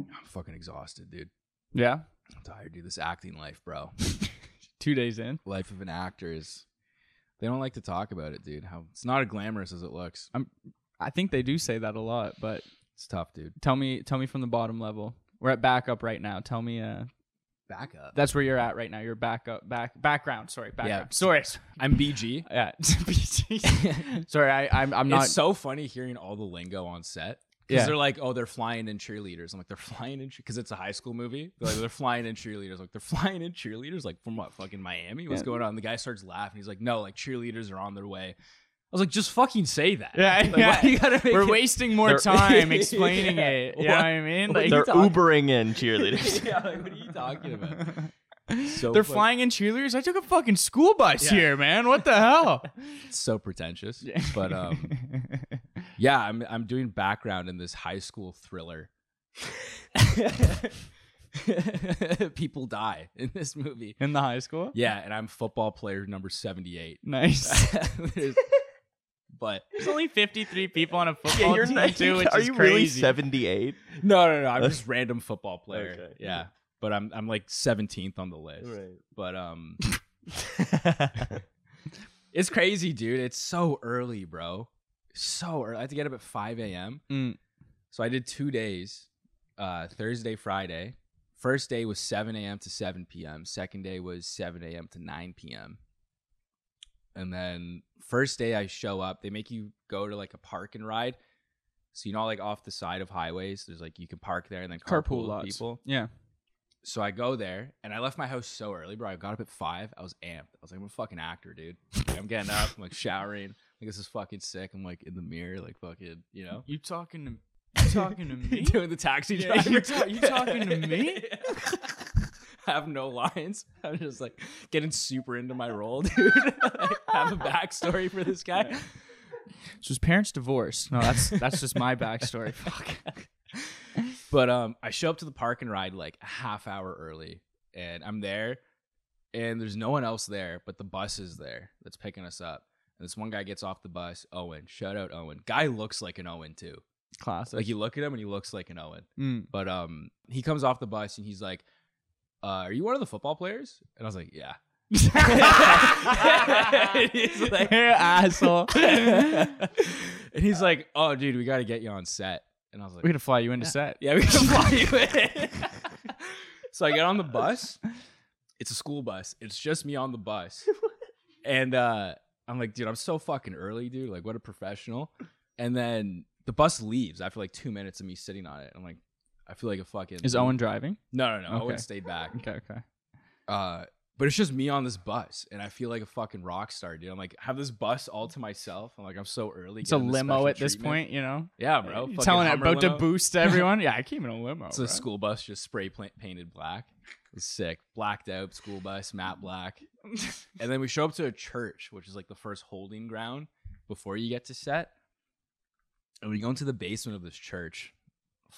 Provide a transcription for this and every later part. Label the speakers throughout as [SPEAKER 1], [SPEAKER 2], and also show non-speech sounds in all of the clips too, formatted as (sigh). [SPEAKER 1] I'm fucking exhausted, dude.
[SPEAKER 2] Yeah.
[SPEAKER 1] I'm tired, dude. This acting life, bro.
[SPEAKER 2] (laughs)
[SPEAKER 1] (laughs)
[SPEAKER 2] Two days in.
[SPEAKER 1] life of an actor is. They don't like to talk about it, dude. How it's not as glamorous as it looks.
[SPEAKER 2] I think they do say that a lot, but
[SPEAKER 1] It's tough, dude.
[SPEAKER 2] tell me tell me from the bottom level. We're at backup right now. Tell me uh
[SPEAKER 1] Back up.
[SPEAKER 2] that's where you're at right now. You're backup back background, sorry, background. Sorry.
[SPEAKER 1] I'm BG.
[SPEAKER 2] Yeah. (laughs) sorry, I I'm I'm not
[SPEAKER 1] it's so funny hearing all the lingo on set. Because
[SPEAKER 2] Yeah.
[SPEAKER 1] they're like, oh, they're flying in cheerleaders. I'm like, they're flying in because it's a high school movie. They're like, they're flying in cheerleaders. Like, they're flying in cheerleaders. Like, from what? Fucking Miami? What's
[SPEAKER 2] Yeah.
[SPEAKER 1] going on? the guy starts laughing. He's like, no, like cheerleaders are on their way. I was like, just fucking say that.
[SPEAKER 2] Yeah,
[SPEAKER 1] Like,
[SPEAKER 2] yeah.
[SPEAKER 1] why you gotta make
[SPEAKER 2] We're
[SPEAKER 1] it-
[SPEAKER 2] wasting more (laughs)
[SPEAKER 1] They're-
[SPEAKER 2] time explaining
[SPEAKER 1] Yeah.
[SPEAKER 2] it. You know
[SPEAKER 1] What-
[SPEAKER 2] what I mean?
[SPEAKER 1] what
[SPEAKER 2] Like
[SPEAKER 1] the-
[SPEAKER 3] They're
[SPEAKER 1] talking-
[SPEAKER 3] Ubering in
[SPEAKER 1] (laughs)
[SPEAKER 3] cheerleaders.
[SPEAKER 1] yeah, like, what are you talking about? So
[SPEAKER 2] they're
[SPEAKER 1] fu-
[SPEAKER 2] flying in cheerleaders. I took a fucking school bus
[SPEAKER 1] Yeah.
[SPEAKER 2] here, man. What the (laughs) hell?
[SPEAKER 1] It's so pretentious. But
[SPEAKER 2] (laughs)
[SPEAKER 1] um, yeah, I'm I'm doing background in this high school thriller. (laughs) People die in this movie.
[SPEAKER 2] in the high school?
[SPEAKER 1] Yeah, and I'm football player number 78.
[SPEAKER 2] (laughs) Nice.
[SPEAKER 1] (laughs) There's- but
[SPEAKER 2] There's only 53 people on a football
[SPEAKER 3] Yeah, you're
[SPEAKER 2] team
[SPEAKER 3] not.
[SPEAKER 2] too, which
[SPEAKER 3] are
[SPEAKER 2] is
[SPEAKER 3] you really
[SPEAKER 2] crazy.
[SPEAKER 3] seventy-eight?
[SPEAKER 1] no, no, no. I'm just random football player.
[SPEAKER 3] Okay.
[SPEAKER 1] Yeah. But I'm I'm like 17th on the list.
[SPEAKER 3] Right.
[SPEAKER 1] But
[SPEAKER 2] (laughs)
[SPEAKER 1] um (laughs) it's crazy, dude. It's so early, bro. So early. I had to get up at 5 a.m.
[SPEAKER 2] Mm.
[SPEAKER 1] So I did two days, uh, Thursday, Friday. First day was 7 a.m. to 7 p.m. Second day was 7 a.m. to 9 p.m. And then first day I show up, they make you go to like a park and ride. So you know, like off the side of highways, there's like you can park there and then carpool,
[SPEAKER 2] Carpool
[SPEAKER 1] with
[SPEAKER 2] lots.
[SPEAKER 1] people.
[SPEAKER 2] Yeah.
[SPEAKER 1] So I go there and I left my house so early, bro. I got up at five. I was amped. I was like, I'm a fucking actor, dude. (laughs) Like, I'm getting up, I'm like showering. Like this is fucking sick. I'm like in the mirror, like fucking, you know.
[SPEAKER 2] You talking to you talking to (laughs)
[SPEAKER 1] (laughs)
[SPEAKER 2] me?
[SPEAKER 1] Doing the taxi
[SPEAKER 2] Yeah,
[SPEAKER 1] driver.
[SPEAKER 2] you ta- you talking
[SPEAKER 1] (laughs)
[SPEAKER 2] to me?
[SPEAKER 1] I have no lines. I'm just like getting super into my role, (laughs) dude. I have a backstory for this guy.
[SPEAKER 2] So his parents divorced. No, that's that's just my backstory. Fuck.
[SPEAKER 1] But um, I show up to the park and ride like a half hour early, and I'm there, and there's no one else there, but the bus is there that's picking us up. And this one guy gets off the bus, Owen. Shout out Owen. Guy looks like an Owen too.
[SPEAKER 2] (laughs) Classic.
[SPEAKER 1] Like you look at him and he looks like an Owen.
[SPEAKER 2] (laughs) Mm.
[SPEAKER 1] But um, he comes off the bus and he's like, uh, "Are you one of the football players?" And I was like,
[SPEAKER 2] (laughs)
[SPEAKER 1] "Yeah." He's like-
[SPEAKER 2] You're an asshole.
[SPEAKER 1] (laughs) and he's like, "Oh, dude, we got to get you on set." And I was like,
[SPEAKER 2] (laughs) we had to fly you into set.
[SPEAKER 1] Yeah, we can fly you
[SPEAKER 2] (laughs)
[SPEAKER 1] in. (laughs) so I get on the bus. It's a school bus. It's just me on the bus. And uh, I'm like, dude, I'm so fucking early, dude. Like, what a professional. And then the bus leaves after like two minutes of me sitting on it. I'm like, I feel like a fucking.
[SPEAKER 2] Is Owen driving?
[SPEAKER 1] No, no, no.
[SPEAKER 2] Okay.
[SPEAKER 1] Owen stayed back.
[SPEAKER 2] Okay, okay.
[SPEAKER 1] Uh, but it's just me on this bus, and I feel like a fucking rock star, dude. I'm like, I have this bus all to myself. I'm like, I'm so early.
[SPEAKER 2] It's a
[SPEAKER 1] getting this
[SPEAKER 2] limo
[SPEAKER 1] special
[SPEAKER 2] at this
[SPEAKER 1] treatment.
[SPEAKER 2] point, you know?
[SPEAKER 1] Yeah, bro.
[SPEAKER 2] You're
[SPEAKER 1] Fucking
[SPEAKER 2] telling it
[SPEAKER 1] Hummer
[SPEAKER 2] about to
[SPEAKER 1] limo.
[SPEAKER 2] boost (laughs) everyone. Yeah, I came in a limo.
[SPEAKER 1] It's a
[SPEAKER 2] bro.
[SPEAKER 1] school bus just spray pla- painted black. It's sick. Blacked out school bus, matte black. and then we show up to a church, which is like the first holding ground before you get to set. And we go into the basement of this church.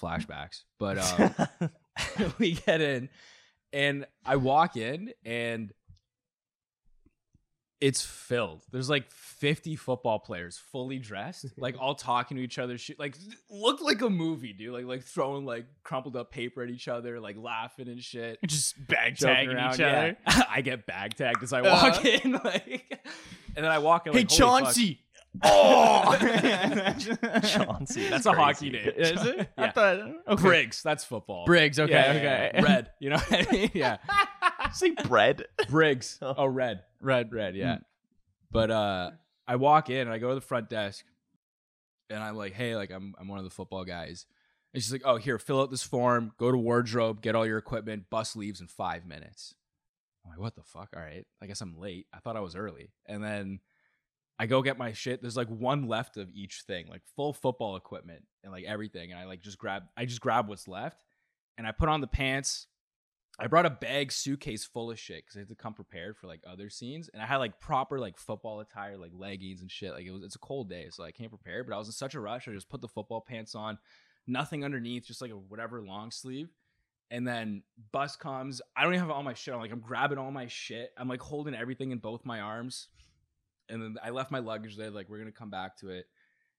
[SPEAKER 1] Flashbacks. But um,
[SPEAKER 2] uh, (laughs)
[SPEAKER 1] (laughs) we get in and I walk in and it's filled. There's like 50 football players fully
[SPEAKER 2] (laughs)
[SPEAKER 1] dressed, like all talking to each other. Shit, like looked like a movie, dude. Like like throwing like crumpled up paper at each other, like laughing and shit.
[SPEAKER 2] Just bag
[SPEAKER 1] joking
[SPEAKER 2] (laughs) tagging
[SPEAKER 1] around,
[SPEAKER 2] each
[SPEAKER 1] yeah. (laughs)
[SPEAKER 2] other.
[SPEAKER 1] I get bag tagged as I walk (laughs)
[SPEAKER 2] Uh-huh.
[SPEAKER 1] in, like, and then I walk in.
[SPEAKER 2] Hey,
[SPEAKER 1] like, "Holy fuck."
[SPEAKER 2] Chauncey.
[SPEAKER 1] Oh,
[SPEAKER 3] (laughs)
[SPEAKER 2] (laughs)
[SPEAKER 3] Chauncey.
[SPEAKER 1] that's a hockey name.
[SPEAKER 2] Is it? I
[SPEAKER 1] Yeah.
[SPEAKER 2] thought. Okay.
[SPEAKER 1] Briggs. That's football.
[SPEAKER 2] Briggs. Okay.
[SPEAKER 1] Yeah, yeah,
[SPEAKER 2] okay.
[SPEAKER 1] yeah. Red. You know what I
[SPEAKER 2] (laughs)
[SPEAKER 1] mean? Yeah.
[SPEAKER 3] Say bread.
[SPEAKER 1] Briggs.
[SPEAKER 3] Oh.
[SPEAKER 1] Oh, red.
[SPEAKER 2] Red.
[SPEAKER 1] Red, yeah. But uh I walk in and I go to the front desk and I'm like, hey, like I'm I'm one of the football guys. And she's like, oh, here, fill out this form, go to wardrobe, get all your equipment, bus leaves in five minutes. I'm like, what the fuck? All right. I guess I'm late. I thought I was early. And then I go get my shit. There's like one left of each thing, like full football equipment and like everything. And I like just grab I just grab what's left and I put on the pants. I brought a bag suitcase full of shit because I had to come prepared for like other scenes. And I had like proper like football attire, like leggings and shit. Like it was it's a cold day, so I can't prepare. But I was in such a rush. I just put the football pants on, nothing underneath, just like a whatever long sleeve. And then bus comes. I don't even have all my shit on. Like I'm grabbing all my shit. I'm like holding everything in both my arms. And then I left my luggage there. Like we're gonna come back to it.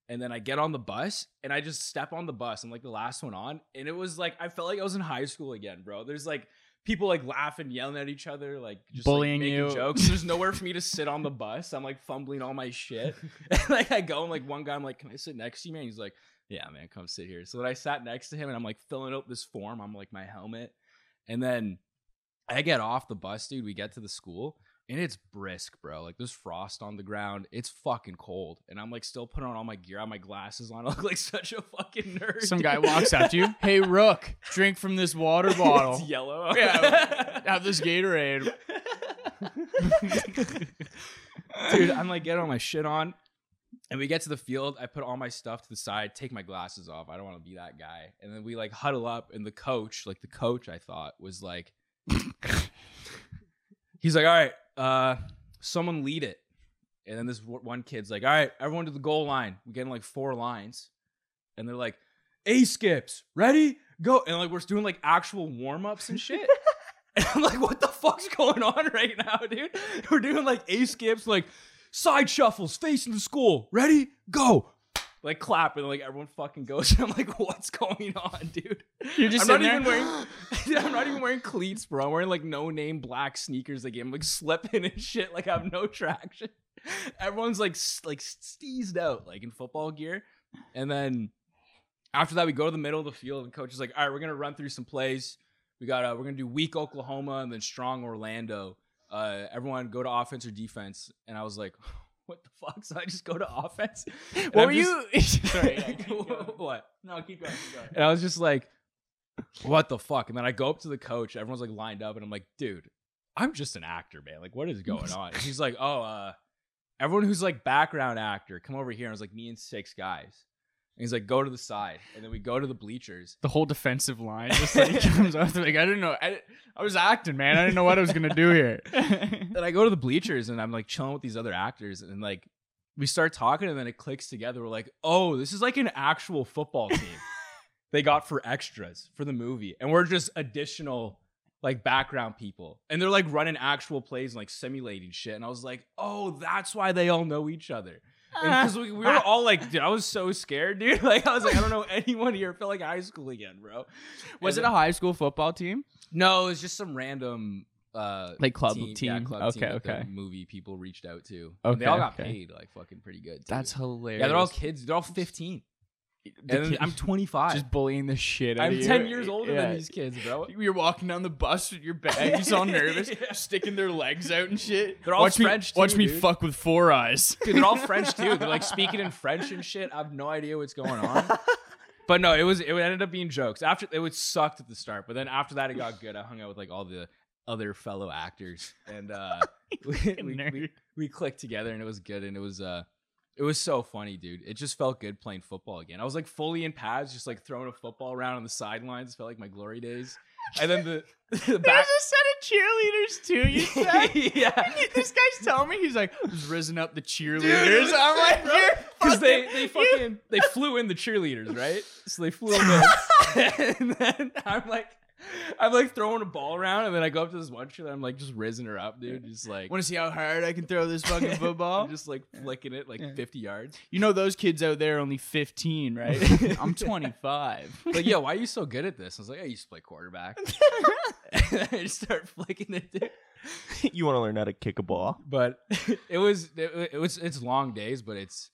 [SPEAKER 1] And then I get on the bus and I just step on the bus. I'm like the last one on. And it was like, I felt like I was in high school again, bro. There's like people like laughing, yelling at each other, like just like,
[SPEAKER 2] Bullying
[SPEAKER 1] making
[SPEAKER 2] you.
[SPEAKER 1] jokes.
[SPEAKER 2] (laughs)
[SPEAKER 1] There's nowhere for me to sit on the bus. I'm like fumbling all my shit. (laughs) And like I go and like one guy, I'm like, can I sit next to you, man? He's like, yeah, man, come sit here. So then I sat next to him and I'm like filling out this form. I'm like my helmet. And then I get off the bus, dude. We get to the school and it's brisk, bro. Like there's frost on the ground. It's fucking cold. And I'm like still putting on all my gear, I have my glasses on. (laughs) I look like such a fucking
[SPEAKER 2] (laughs)
[SPEAKER 1] nerd.
[SPEAKER 2] Some guy walks up to you. Hey, Rook, drink from this (laughs)
[SPEAKER 1] (laughs)
[SPEAKER 2] water
[SPEAKER 1] It's
[SPEAKER 2] bottle.
[SPEAKER 1] yellow. (laughs)
[SPEAKER 2] Yeah. Have this Gatorade.
[SPEAKER 1] (laughs) dude, I'm like getting all my shit on. And we get to the field. I put all my stuff to the side, take my glasses off. I don't want to be that guy. And then we like huddle up, and the coach, like the coach, I thought was like, (laughs) he's like, all right, uh, someone lead it. And then this w- one kid's like, all right, everyone to the goal line. We get in like four lines, and they're like, a skips, ready, go. And like we're doing like actual warm ups and
[SPEAKER 2] (laughs)
[SPEAKER 1] shit. And I'm like, what the fuck's going on right now, dude? We're doing like A skips, like side shuffles, facing the school. Ready? Go. Like clap, and like everyone fucking goes. (laughs) And I'm like, what's going on, dude?
[SPEAKER 2] You're just
[SPEAKER 1] I'm not
[SPEAKER 2] sitting there.
[SPEAKER 1] even wearing (laughs) Dude, I'm not even wearing cleats, bro. I'm wearing like no name black sneakers again. I'm like slipping (laughs) and shit. Like I have no traction. Everyone's like s- like steezed out, like in football gear. And then after that, we go to the middle of the field, and coach is like, all right, we're gonna run through some plays. We got uh, we're gonna do weak Oklahoma and then strong Orlando. Uh, everyone go to offense or defense. And I was like, (laughs) what the fuck? So I just go to (laughs) offense. And
[SPEAKER 2] What
[SPEAKER 1] I'm
[SPEAKER 2] were
[SPEAKER 1] just-
[SPEAKER 2] you?
[SPEAKER 1] (laughs)
[SPEAKER 2] Sorry. (laughs) yeah, keep going.
[SPEAKER 1] what?
[SPEAKER 2] No, keep going. Keep going.
[SPEAKER 1] And I was just like, what the fuck? And then I go up to the coach. Everyone's like lined up. And I'm like, dude, I'm just an actor, man. Like, what is going on? And she's like, oh, uh, everyone who's like background actor, come over here. And I was like, me and six guys. And he's like, go to the side. And then we go to the bleachers.
[SPEAKER 2] The whole defensive line just like (laughs) comes up. Like I didn't know. I, I was acting, man. I didn't know what I was gonna do here.
[SPEAKER 1] And I go to the bleachers and I'm like chilling with these other actors. And like, we start talking and then it clicks together. We're like, oh, this is like an actual football team
[SPEAKER 2] (laughs)
[SPEAKER 1] they got for extras for the movie. And we're just additional like background people. And they're like running actual plays and like simulating shit. And I was like, oh, that's why they all know each other.
[SPEAKER 2] Ah.
[SPEAKER 1] Because we, we were all like, dude, I was so scared, dude. (laughs) Like, I was like, I don't know anyone here. It felt like high school again, bro.
[SPEAKER 2] (laughs) was
[SPEAKER 1] And
[SPEAKER 2] it a high school football team?
[SPEAKER 1] No, it was just some random uh
[SPEAKER 2] Like club
[SPEAKER 1] team,
[SPEAKER 2] team?
[SPEAKER 1] Yeah, club
[SPEAKER 2] okay,
[SPEAKER 1] team that the
[SPEAKER 2] okay.
[SPEAKER 1] movie people reached out to. And they
[SPEAKER 2] Okay,
[SPEAKER 1] all got
[SPEAKER 2] okay.
[SPEAKER 1] paid like fucking pretty good. too.
[SPEAKER 2] That's hilarious.
[SPEAKER 1] yeah, they're all kids. They're all 15. And then
[SPEAKER 2] kid- (laughs)
[SPEAKER 1] I'm 25.
[SPEAKER 2] just bullying the shit out of
[SPEAKER 1] I'm
[SPEAKER 2] you.
[SPEAKER 1] 10 years older
[SPEAKER 2] Yeah.
[SPEAKER 1] than these kids, bro.
[SPEAKER 2] You're walking down the bus with your bag.
[SPEAKER 1] (laughs)
[SPEAKER 2] You're so (laughs) nervous,
[SPEAKER 1] Yeah.
[SPEAKER 2] sticking their legs out and shit.
[SPEAKER 1] They're all
[SPEAKER 2] watch
[SPEAKER 1] French
[SPEAKER 2] Me, watch
[SPEAKER 1] too,
[SPEAKER 2] me
[SPEAKER 1] dude.
[SPEAKER 2] fuck with four eyes.
[SPEAKER 1] Dude, they're all French too. They're like speaking in French and shit. I have no idea what's going on. But no, it was it ended up being jokes. After it was sucked at the start, but then after that it got good. I hung out with like all the other fellow actors and uh we, we, (laughs) we, we clicked together and it was good and it was uh it was so funny, dude. It just felt good playing football again. I was like fully in pads, just like throwing a football around on the sidelines. Felt like my glory days. And then the, (laughs) the back
[SPEAKER 2] a set of cheerleaders too.
[SPEAKER 1] (laughs)
[SPEAKER 2] You
[SPEAKER 1] yeah.
[SPEAKER 2] this guy's telling me he's like, who's risen up the cheerleaders.
[SPEAKER 1] it was
[SPEAKER 2] I'm
[SPEAKER 1] (laughs)
[SPEAKER 2] like, you're
[SPEAKER 1] Because they,
[SPEAKER 2] fucking-
[SPEAKER 1] they
[SPEAKER 2] you- (laughs)
[SPEAKER 1] fucking they flew in the cheerleaders, right? So they flew them
[SPEAKER 2] (laughs)
[SPEAKER 1] in, and then I'm like, I'm like throwing a ball around, and then I go up to this one cheerleader, I'm like just rising her up, dude, just like
[SPEAKER 2] Want to see how hard I can throw this
[SPEAKER 1] (laughs)
[SPEAKER 2] fucking football?
[SPEAKER 1] I'm just like flicking it like
[SPEAKER 2] Yeah.
[SPEAKER 1] 50
[SPEAKER 2] (laughs)
[SPEAKER 1] yards.
[SPEAKER 2] you know those kids out there are only
[SPEAKER 1] (laughs)
[SPEAKER 2] 15, right? I'm (laughs) 25.
[SPEAKER 1] Like, yo, why are you so good at this? I was like, I used to play
[SPEAKER 2] (laughs)
[SPEAKER 1] quarterback. (laughs) and I just start flicking it, dude.
[SPEAKER 3] you want to learn how to kick a ball?
[SPEAKER 1] (laughs) But it was it, it was it's long days, but it's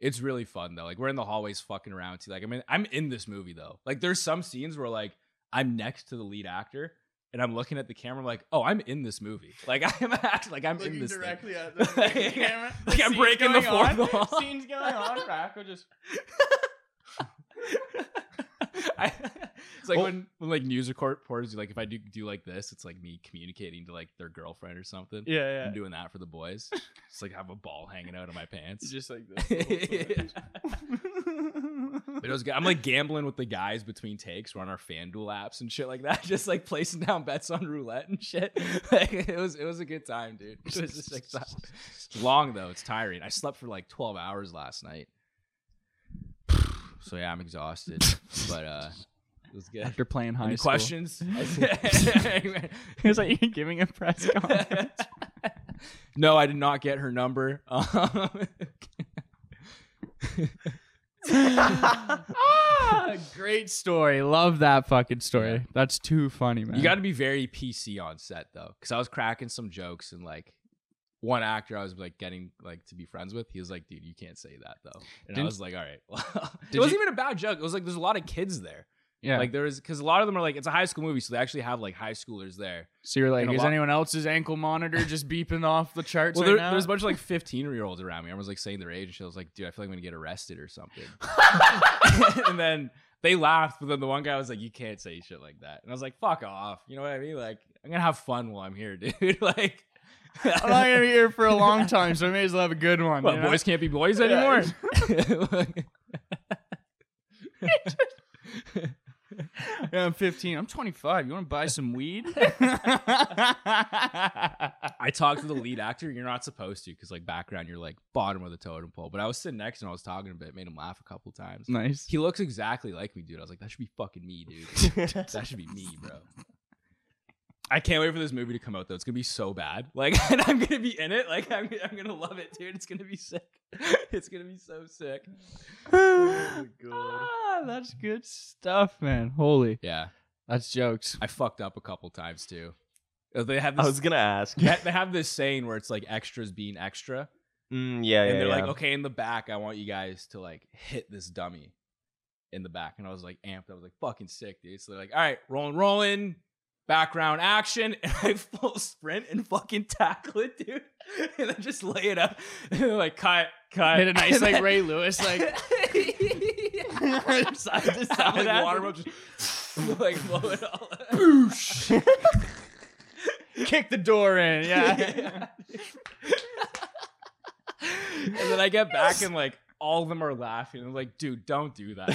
[SPEAKER 1] it's really fun though. Like we're in the hallways fucking around too. Like I mean, I'm in this movie though. Like there's some scenes where like I'm next to the lead actor and I'm looking at the camera like, oh, I'm in this movie. (laughs) Like I'm actually like I'm in this. thing.
[SPEAKER 2] (laughs) at
[SPEAKER 1] the fucking camera. Like, I'm Scene's breaking the going fourth on. wall.
[SPEAKER 2] Scene's going (laughs) on. Racco just.
[SPEAKER 1] I, (laughs) it's like
[SPEAKER 3] Well-
[SPEAKER 1] when, when like news record- reporters do like if I do do like this, it's like me communicating to like their girlfriend or something.
[SPEAKER 2] Yeah, yeah.
[SPEAKER 1] I'm doing that for the boys. (laughs) Just like have a ball hanging out of my pants. (laughs)
[SPEAKER 2] It's just like (laughs)
[SPEAKER 1] Yeah.
[SPEAKER 2] this.
[SPEAKER 1] But it was good. I'm like gambling with the guys between takes. We're on our FanDuel apps and shit like that. (laughs) Just like placing down bets on roulette and shit. (laughs) Like, it was it was a good time, dude. It was just like (laughs) ti- long though. It's tiring. I slept for like 12 hours last night. (sighs) So yeah, I'm exhausted. But uh it was good.
[SPEAKER 2] (laughs) After playing high
[SPEAKER 1] Any
[SPEAKER 2] school. (laughs)
[SPEAKER 1] questions? (laughs)
[SPEAKER 2] It was like you're giving
[SPEAKER 1] (laughs)
[SPEAKER 2] a press conference.
[SPEAKER 1] (laughs) no, I did not get her number. Um,
[SPEAKER 2] ah, (laughs) great story. Love that fucking story. That's too funny, man.
[SPEAKER 1] You got to be very PC on set though, because I was cracking some jokes and like one actor I was like getting like to be friends with, he was like, "Dude, you can't say that though," and I
[SPEAKER 2] Didn't-
[SPEAKER 1] was like, "All right." (laughs) it
[SPEAKER 2] Did
[SPEAKER 1] wasn't even a bad joke. It was like there's a lot of kids there.
[SPEAKER 2] yeah.
[SPEAKER 1] Like there is because a lot of them are like it's a high school movie, so they actually have like high schoolers there.
[SPEAKER 2] so you're like,
[SPEAKER 1] in a
[SPEAKER 2] is
[SPEAKER 1] lot-
[SPEAKER 2] anyone else's ankle monitor just beeping off the charts
[SPEAKER 1] Well,
[SPEAKER 2] right
[SPEAKER 1] there,
[SPEAKER 2] now?
[SPEAKER 1] there's a bunch
[SPEAKER 2] (laughs)
[SPEAKER 1] of like 15 year olds around me. Everyone's like saying their age, and she was like, "Dude, I feel like I'm gonna get arrested or
[SPEAKER 2] (laughs)
[SPEAKER 1] something." (laughs) and then they laughed, but then the one guy was like, "You can't say shit like that," and I was like, "Fuck off," you know what I mean? Like I'm gonna have fun while I'm here, (laughs) dude. like.
[SPEAKER 2] I'm not gonna be here for
[SPEAKER 1] (laughs)
[SPEAKER 2] a long time, so I may as well have a good one.
[SPEAKER 1] What,
[SPEAKER 2] you know?
[SPEAKER 1] boys can't be boys
[SPEAKER 2] Yeah.
[SPEAKER 1] anymore?
[SPEAKER 2] (laughs) Yeah, I'm 15. I'm 25. You want to buy
[SPEAKER 1] (laughs)
[SPEAKER 2] some weed? (laughs)
[SPEAKER 1] I talked to the lead actor. You're not supposed to because, like, background, you're like bottom of the totem pole. But I was sitting next to him. I was talking a bit, made him laugh a couple times.
[SPEAKER 2] nice.
[SPEAKER 1] He looks exactly like me, dude. I was like, that should be fucking me, dude. that should be me, bro. I can't wait for this movie to come out, though. It's going to be so bad. (laughs) Like, and I'm going to be in it. Like, I'm, I'm going to love it, dude. It's going to be sick. (laughs) It's going to be so sick.
[SPEAKER 2] Ah, that's good stuff, man. Holy.
[SPEAKER 1] Yeah.
[SPEAKER 2] That's jokes.
[SPEAKER 1] I fucked up a couple times, too. Uh, They have
[SPEAKER 3] I
[SPEAKER 1] this
[SPEAKER 3] was gonna
[SPEAKER 2] (laughs)
[SPEAKER 3] ask.
[SPEAKER 1] they ha- they have this saying where it's like extras being extra,
[SPEAKER 3] Mm, yeah, yeah.
[SPEAKER 1] and they're
[SPEAKER 3] yeah.
[SPEAKER 1] like, okay, in the back, I want you guys to like hit this dummy in the back, and I was like amped. I was like fucking sick, dude. So they're like, all right, rolling, rolling, background action, (laughs) and I full sprint and fucking tackle it, dude, (laughs) and then just lay it up, (laughs) and they're like cut, cut,
[SPEAKER 2] Hit a nice,
[SPEAKER 1] (laughs) And
[SPEAKER 2] like,
[SPEAKER 1] then-
[SPEAKER 2] Ray Lewis,
[SPEAKER 1] (laughs)
[SPEAKER 2] like, (laughs)
[SPEAKER 1] side to side,
[SPEAKER 2] That
[SPEAKER 1] like water
[SPEAKER 2] happened.
[SPEAKER 1] just (laughs) like blow it
[SPEAKER 2] (laughs)
[SPEAKER 1] all. Boosh.
[SPEAKER 2] kick the door in. (laughs)
[SPEAKER 1] (laughs)
[SPEAKER 2] Yeah.
[SPEAKER 1] and then I get back and like all of them are laughing. I'm like, dude, don't do that.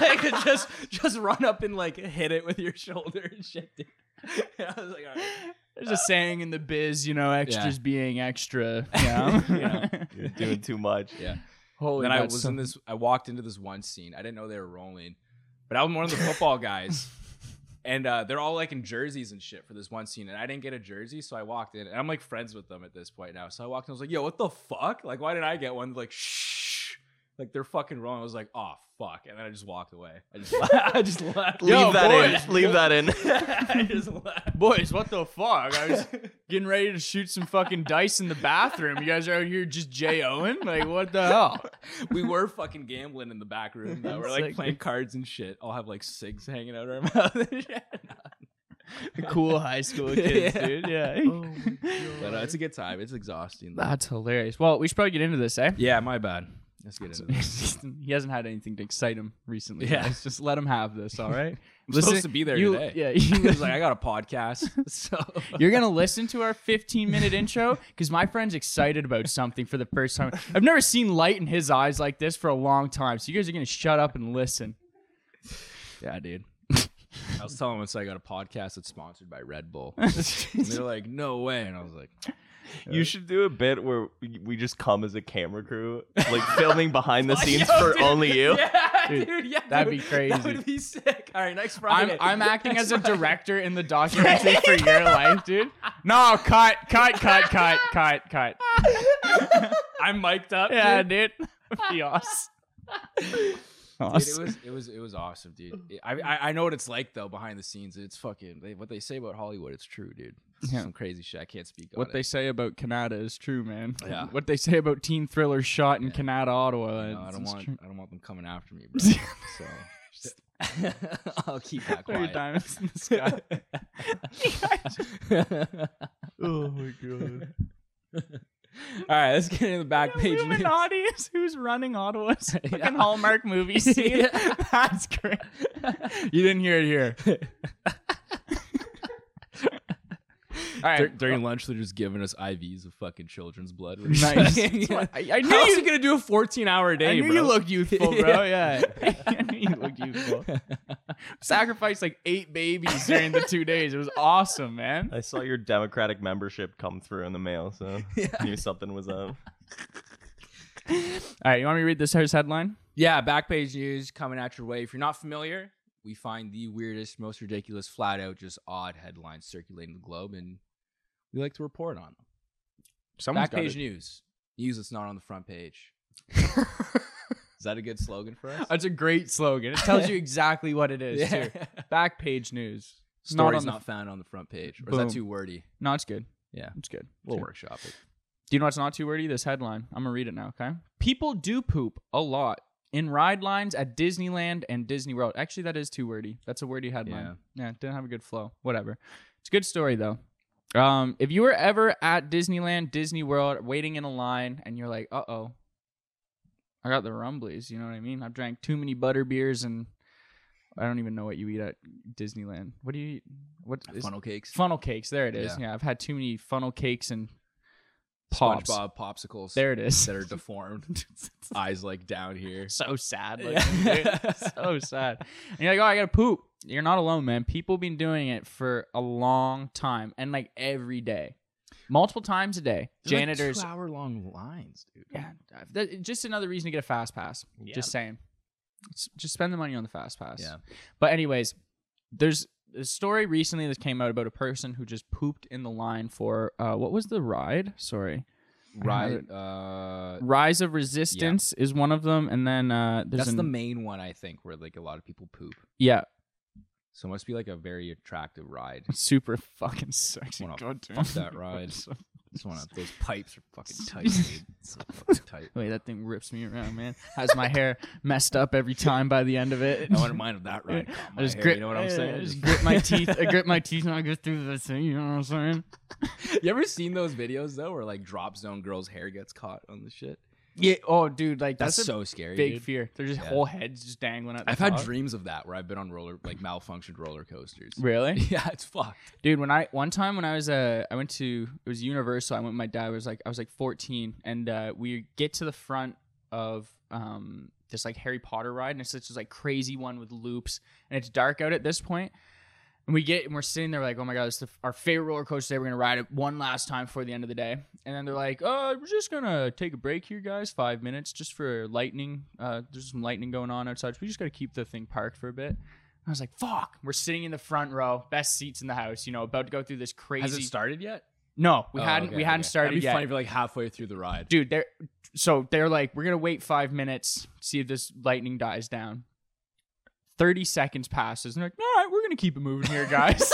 [SPEAKER 1] like just just run up and like hit it with your shoulder and shit. Dude. (laughs) And I was like, all right.
[SPEAKER 2] There's a saying in the biz, you know, extras
[SPEAKER 1] (laughs)
[SPEAKER 2] being extra. Yeah.
[SPEAKER 1] Yeah.
[SPEAKER 3] You're doing too much.
[SPEAKER 1] Yeah.
[SPEAKER 2] Holy.
[SPEAKER 1] then I
[SPEAKER 2] that's
[SPEAKER 1] was
[SPEAKER 2] Oh, some-
[SPEAKER 1] in this I walked into this one scene. I didn't know they were rolling. But I'm one of the football guys. And uh, they're all like in jerseys and shit for this one scene, and I didn't get a jersey, so I walked in, and I'm like friends with them at this point now. So I walked in, I was like, "Yo, what the fuck? Like, why didn't I get one?" Like, shh, like they're fucking wrong. I was like, "Oh fuck," and then I just walked away. I just, (laughs) I just left.
[SPEAKER 3] Leave
[SPEAKER 2] Yo,
[SPEAKER 3] that
[SPEAKER 2] boys.
[SPEAKER 3] in. Leave that
[SPEAKER 1] (laughs)
[SPEAKER 3] in. (laughs)
[SPEAKER 1] I just left.
[SPEAKER 2] Boys, what the fuck? I was getting ready to shoot some fucking dice in the bathroom. You guys are out here just J Owen? Like, what the hell?
[SPEAKER 1] We were fucking gambling in the back room though. We're
[SPEAKER 2] It's
[SPEAKER 1] like
[SPEAKER 2] like-
[SPEAKER 1] playing cards and shit. I'll have like cigs hanging out our (laughs) mouth. and shit.
[SPEAKER 2] cool high school
[SPEAKER 1] kids,
[SPEAKER 2] kids,
[SPEAKER 1] (laughs) Yeah.
[SPEAKER 2] dude. Yeah. (laughs)
[SPEAKER 1] But uh, it's a good time. It's exhausting. Though.
[SPEAKER 2] That's hilarious. Well, we should probably get into this, eh?
[SPEAKER 1] Yeah, my bad. Let's get into this.
[SPEAKER 2] (laughs) he hasn't had anything to excite him recently.
[SPEAKER 1] Yeah.
[SPEAKER 2] Yeah. Just let him have this, all right?
[SPEAKER 1] (laughs) I'm supposed to be there
[SPEAKER 2] you,
[SPEAKER 1] today.
[SPEAKER 2] Yeah. (laughs)
[SPEAKER 1] He
[SPEAKER 2] You
[SPEAKER 1] was (laughs) like, I got a podcast. (laughs) So
[SPEAKER 2] You're gonna listen to our 15 minute intro because my friend's excited about something for the first time. I've never seen light in his eyes like this for a long time. So you guys are gonna shut up and listen.
[SPEAKER 1] yeah, dude. I was telling him once I got a podcast that's sponsored by Red (laughs) Bull. And they're like, no way. And I was like,
[SPEAKER 3] You should do a bit where we- we just come as a camera crew, like filming behind the
[SPEAKER 1] Yo,
[SPEAKER 3] scenes for
[SPEAKER 1] dude.
[SPEAKER 3] only you.
[SPEAKER 1] yeah,
[SPEAKER 2] Dude,
[SPEAKER 1] (laughs) dude, yeah.
[SPEAKER 2] that'd
[SPEAKER 1] dude.
[SPEAKER 2] be
[SPEAKER 1] That
[SPEAKER 2] crazy.
[SPEAKER 1] would be sick. All right, next
[SPEAKER 2] I'm,
[SPEAKER 1] Friday.
[SPEAKER 2] I'm acting as a
[SPEAKER 1] Next Friday.
[SPEAKER 2] director in
[SPEAKER 1] (laughs)
[SPEAKER 2] the documentary for your life, dude. No, cut, cut, cut, cut, cut, cut.
[SPEAKER 1] I'm mic'd up.
[SPEAKER 2] Yeah,
[SPEAKER 1] dude.
[SPEAKER 2] dude. Fios.
[SPEAKER 1] Dude, it was it was it was awesome, dude. I, I I know what it's like though behind the scenes. It's fucking they, what they say about Hollywood. It's true, dude. It's
[SPEAKER 2] Yeah.
[SPEAKER 1] Some crazy shit. I can't speak.
[SPEAKER 2] What
[SPEAKER 1] on
[SPEAKER 2] they
[SPEAKER 1] it.
[SPEAKER 2] say about Canada is true, man. (laughs)
[SPEAKER 1] Yeah.
[SPEAKER 2] What they say about teen thriller shot in Canada, Ottawa.
[SPEAKER 1] No, I
[SPEAKER 2] it's-
[SPEAKER 1] don't
[SPEAKER 2] it's
[SPEAKER 1] want
[SPEAKER 2] true.
[SPEAKER 1] I don't want them coming after (laughs) me, bro. (laughs) so I'll keep
[SPEAKER 2] (laughs)
[SPEAKER 1] that
[SPEAKER 2] Throw your
[SPEAKER 1] quiet.
[SPEAKER 2] diamonds in the sky.
[SPEAKER 3] Oh my god.
[SPEAKER 1] (laughs) All right, let's get into the back
[SPEAKER 2] (laughs)
[SPEAKER 1] page. news.
[SPEAKER 2] Illuminati is who's running Ottawa's (laughs) fucking
[SPEAKER 1] (laughs) Yeah.
[SPEAKER 2] Hallmark movie scene.
[SPEAKER 1] Yeah.
[SPEAKER 2] (laughs) That's (laughs) great. You didn't hear it (laughs) here. All (laughs)
[SPEAKER 1] Dur-
[SPEAKER 2] right.
[SPEAKER 1] during lunch, they're just giving us IVs of fucking children's blood. We're just
[SPEAKER 2] Nice.
[SPEAKER 1] like- (laughs)
[SPEAKER 2] That's what- I, I knew
[SPEAKER 1] How else
[SPEAKER 2] you
[SPEAKER 1] are you gonna do a fourteen-hour day?
[SPEAKER 2] I knew
[SPEAKER 1] bro?
[SPEAKER 2] you looked youthful, bro. Yeah.
[SPEAKER 1] (laughs) Yeah.
[SPEAKER 2] I knew (laughs) you looked youthful. Sacrificed like
[SPEAKER 1] (laughs)
[SPEAKER 2] eight babies during the two days. It was awesome, (laughs) man.
[SPEAKER 3] I saw your Democratic membership come through in the
[SPEAKER 1] (laughs)
[SPEAKER 3] mail, so knew something was up.
[SPEAKER 2] All right, you want me to read this here's headline?
[SPEAKER 1] Yeah, Backpage News coming at your way. If you're not familiar, we find the weirdest, most ridiculous, flat out, just odd headlines circulating the globe, and we like to report on them.
[SPEAKER 2] Someone's got
[SPEAKER 1] Backpage
[SPEAKER 2] it. (laughs)
[SPEAKER 1] News. News that's not on the front page. Is that a good slogan for us?
[SPEAKER 2] That's a great slogan. It tells you exactly what (laughs) it (laughs) is,
[SPEAKER 1] Yeah.
[SPEAKER 2] too.
[SPEAKER 1] (laughs)
[SPEAKER 2] Back page news. Not
[SPEAKER 1] Story's
[SPEAKER 2] on the-
[SPEAKER 1] not found on the front page. Or is that
[SPEAKER 2] Boom.
[SPEAKER 1] too wordy?
[SPEAKER 2] No, it's good.
[SPEAKER 1] Yeah.
[SPEAKER 2] It's good.
[SPEAKER 1] We'll
[SPEAKER 2] It's good.
[SPEAKER 1] workshop it.
[SPEAKER 2] Do you know what's not too wordy? This headline. I'm going to read it now, okay? People do poop a lot in ride lines at Disneyland and Disney World. Actually, that is too wordy. That's a wordy headline. Yeah, it didn't have a good flow. Whatever. It's a good story, though. Um, if you were ever at Disneyland, Disney World, waiting in a line, and you're like, uh oh, I got the rumblies. You know what I mean? I've drank too many butter beers, and I don't even know what you eat at Disneyland. What do you eat? What is
[SPEAKER 1] Funnel cakes.
[SPEAKER 2] funnel cakes? There it is.
[SPEAKER 1] Yeah.
[SPEAKER 2] Yeah. I've had too many funnel cakes and pops.
[SPEAKER 1] SpongeBob popsicles.
[SPEAKER 2] There it
[SPEAKER 1] (laughs)
[SPEAKER 2] is.
[SPEAKER 1] that are deformed. (laughs) Eyes like down here.
[SPEAKER 2] (laughs) so sad. Like,
[SPEAKER 1] Yeah.
[SPEAKER 2] dude, so sad. And you're like, oh, I gotta poop. You're not alone, man. People been doing it for a long time and like every day, multiple times a day. Janitors.
[SPEAKER 1] hour long lines, dude.
[SPEAKER 2] yeah, that- just another reason to get a fast pass.
[SPEAKER 1] Yeah.
[SPEAKER 2] Just saying. S- Just spend the money on the fast pass.
[SPEAKER 1] Yeah.
[SPEAKER 2] But anyways, there's a story recently that came out about a person who just pooped in the line for uh, what was the ride? Sorry,
[SPEAKER 1] Right. Uh,
[SPEAKER 2] Rise of Resistance is one of them, and then uh, there's
[SPEAKER 1] that's
[SPEAKER 2] an,
[SPEAKER 1] the main one I think where like a lot of people poop.
[SPEAKER 2] yeah, (laughs)
[SPEAKER 1] So it must be like a very attractive ride.
[SPEAKER 2] super fucking sexy.
[SPEAKER 1] Wanna
[SPEAKER 2] God damn.
[SPEAKER 1] fuck that ride. It's one of those pipes are fucking tight, dude. So fucking tight.
[SPEAKER 2] (laughs) Wait, that thing rips me around, man. Has my hair messed
[SPEAKER 1] (laughs)
[SPEAKER 2] up every time by the end of it.
[SPEAKER 1] I wouldn't mind if that ride caught my
[SPEAKER 2] (laughs) I just
[SPEAKER 1] hair,
[SPEAKER 2] grip,
[SPEAKER 1] you know what I'm
[SPEAKER 2] yeah,
[SPEAKER 1] saying?
[SPEAKER 2] I
[SPEAKER 1] (laughs)
[SPEAKER 2] just grip my teeth. I grip my teeth and I go through the thing. You know what I'm saying?
[SPEAKER 1] You ever seen those videos though where like drop zone girls' hair gets caught on the shit?
[SPEAKER 2] Yeah. Oh, dude, like
[SPEAKER 1] That's,
[SPEAKER 2] that's, a
[SPEAKER 1] so scary.
[SPEAKER 2] big
[SPEAKER 1] dude.
[SPEAKER 2] fear. There's just
[SPEAKER 1] Yeah.
[SPEAKER 2] whole heads just dangling out. The
[SPEAKER 1] I've had
[SPEAKER 2] top.
[SPEAKER 1] dreams of that where I've been on roller like malfunctioned roller coasters.
[SPEAKER 2] Really,
[SPEAKER 1] (laughs) Yeah, it's fucked.
[SPEAKER 2] dude. When I one time when I was uh I went to it was Universal. I went. with My dad was like I was like 14, and uh, we get to the front of um this like Harry Potter ride, and it's this like crazy one with loops, and it's dark out at this point. And we get and we're sitting there like, oh my god, this is the, our favorite roller coaster. Today. We're gonna ride it one last time before the end of the day. And then they're like, oh, we're just gonna take a break here, guys, five minutes, just for lightning. Uh, there's some lightning going on outside. We just gotta keep the thing parked for a bit. I was like, fuck. We're sitting in the front row, best seats in the house. You know, about to go through this crazy.
[SPEAKER 1] Has it started yet?
[SPEAKER 2] no, we
[SPEAKER 1] Oh,
[SPEAKER 2] hadn't.
[SPEAKER 1] okay,
[SPEAKER 2] we hadn't
[SPEAKER 1] okay.
[SPEAKER 2] started
[SPEAKER 1] That'd be
[SPEAKER 2] yet
[SPEAKER 1] funny if you're like halfway through the ride.
[SPEAKER 2] dude they're so they're like we're gonna wait five minutes see if this lightning dies down 30 seconds passes and they're like all right we're gonna keep it moving here guys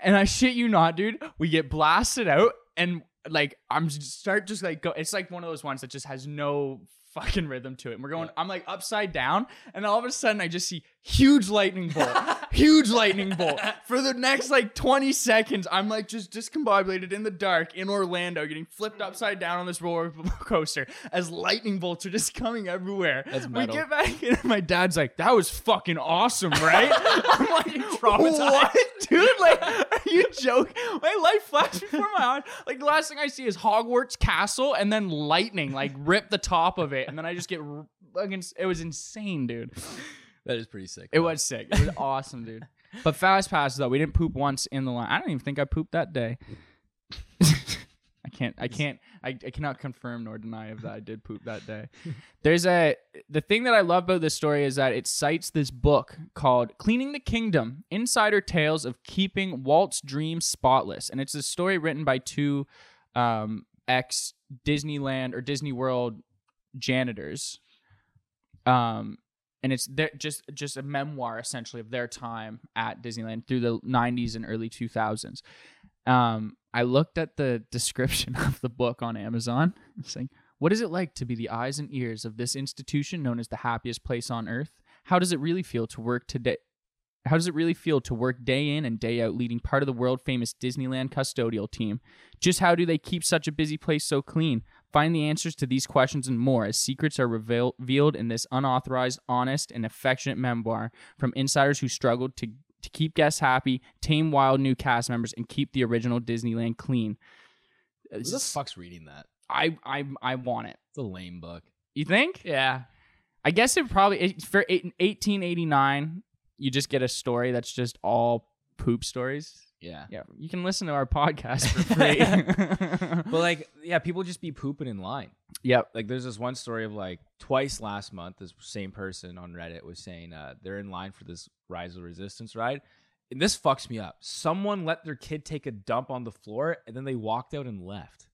[SPEAKER 2] and i shit you not dude we get blasted out and like i'm just start just like go it's like one of those ones that just has no fucking rhythm to it and we're going i'm like upside down and all of a sudden i just see
[SPEAKER 1] (laughs)
[SPEAKER 2] huge lightning bolt huge lightning bolt for the next like 20 seconds i'm like just discombobulated in the dark in orlando getting flipped upside down on this roller (laughs) coaster as lightning bolts are just coming everywhere
[SPEAKER 1] That's
[SPEAKER 2] we
[SPEAKER 1] metal.
[SPEAKER 2] get back (laughs) in and my dad's like that was fucking awesome
[SPEAKER 1] (laughs)
[SPEAKER 2] right i'm like what (laughs) dude like are you joking my life flashed before my eyes like the last thing i see is hogwarts castle and then lightning like rip the top of it and then i just get r- fucking it was insane dude
[SPEAKER 1] That is pretty sick.
[SPEAKER 2] it
[SPEAKER 1] though.
[SPEAKER 2] was sick. It was awesome, dude.
[SPEAKER 1] (laughs)
[SPEAKER 2] But fast pass though, we didn't poop once in the line. I don't even think I pooped that day. (laughs) I can't. I can't. I, I cannot confirm nor deny if that I did poop
[SPEAKER 1] (laughs)
[SPEAKER 2] that day. There's a the thing that I love about this story is that it cites this book called "Cleaning the Kingdom: Insider Tales of Keeping Walt's Dreams Spotless," and it's a story written by two um, ex Disneyland or Disney World janitors. Um, and it's their, just just a memoir essentially of their time at Disneyland through the 90s and early 2000s. Um, I looked at the description (laughs) of the book on Amazon, (laughs) saying, "What is it like to be the eyes and ears of this institution known as the happiest place on earth? How does it really feel to work today?" How does it really feel to work day in and day out leading part of the world famous Disneyland custodial team? Just how do they keep such a busy place so clean? Find the answers to these questions and more as secrets are reveal- revealed in this unauthorized, honest, and affectionate memoir from insiders who struggled to, to keep guests happy, tame wild new cast members, and keep the original Disneyland clean. Uh,
[SPEAKER 1] Who the fuck's reading that?
[SPEAKER 2] I, I, I want it.
[SPEAKER 1] It's a lame book.
[SPEAKER 2] You think? Yeah. I guess it probably it, for eight- 1889. You just get a story that's just all poop stories. (laughs)
[SPEAKER 1] Yeah.
[SPEAKER 2] Yeah, you can listen to our podcast (laughs) for free.
[SPEAKER 1] But like, yeah, people just be pooping in line.
[SPEAKER 2] yep.
[SPEAKER 1] Like, there's this one story of like twice last month, this same person on Reddit was saying uh, they're in line for this Rise of Resistance ride. And this fucks me up. Someone let their kid take a dump on the floor and then they walked out and left.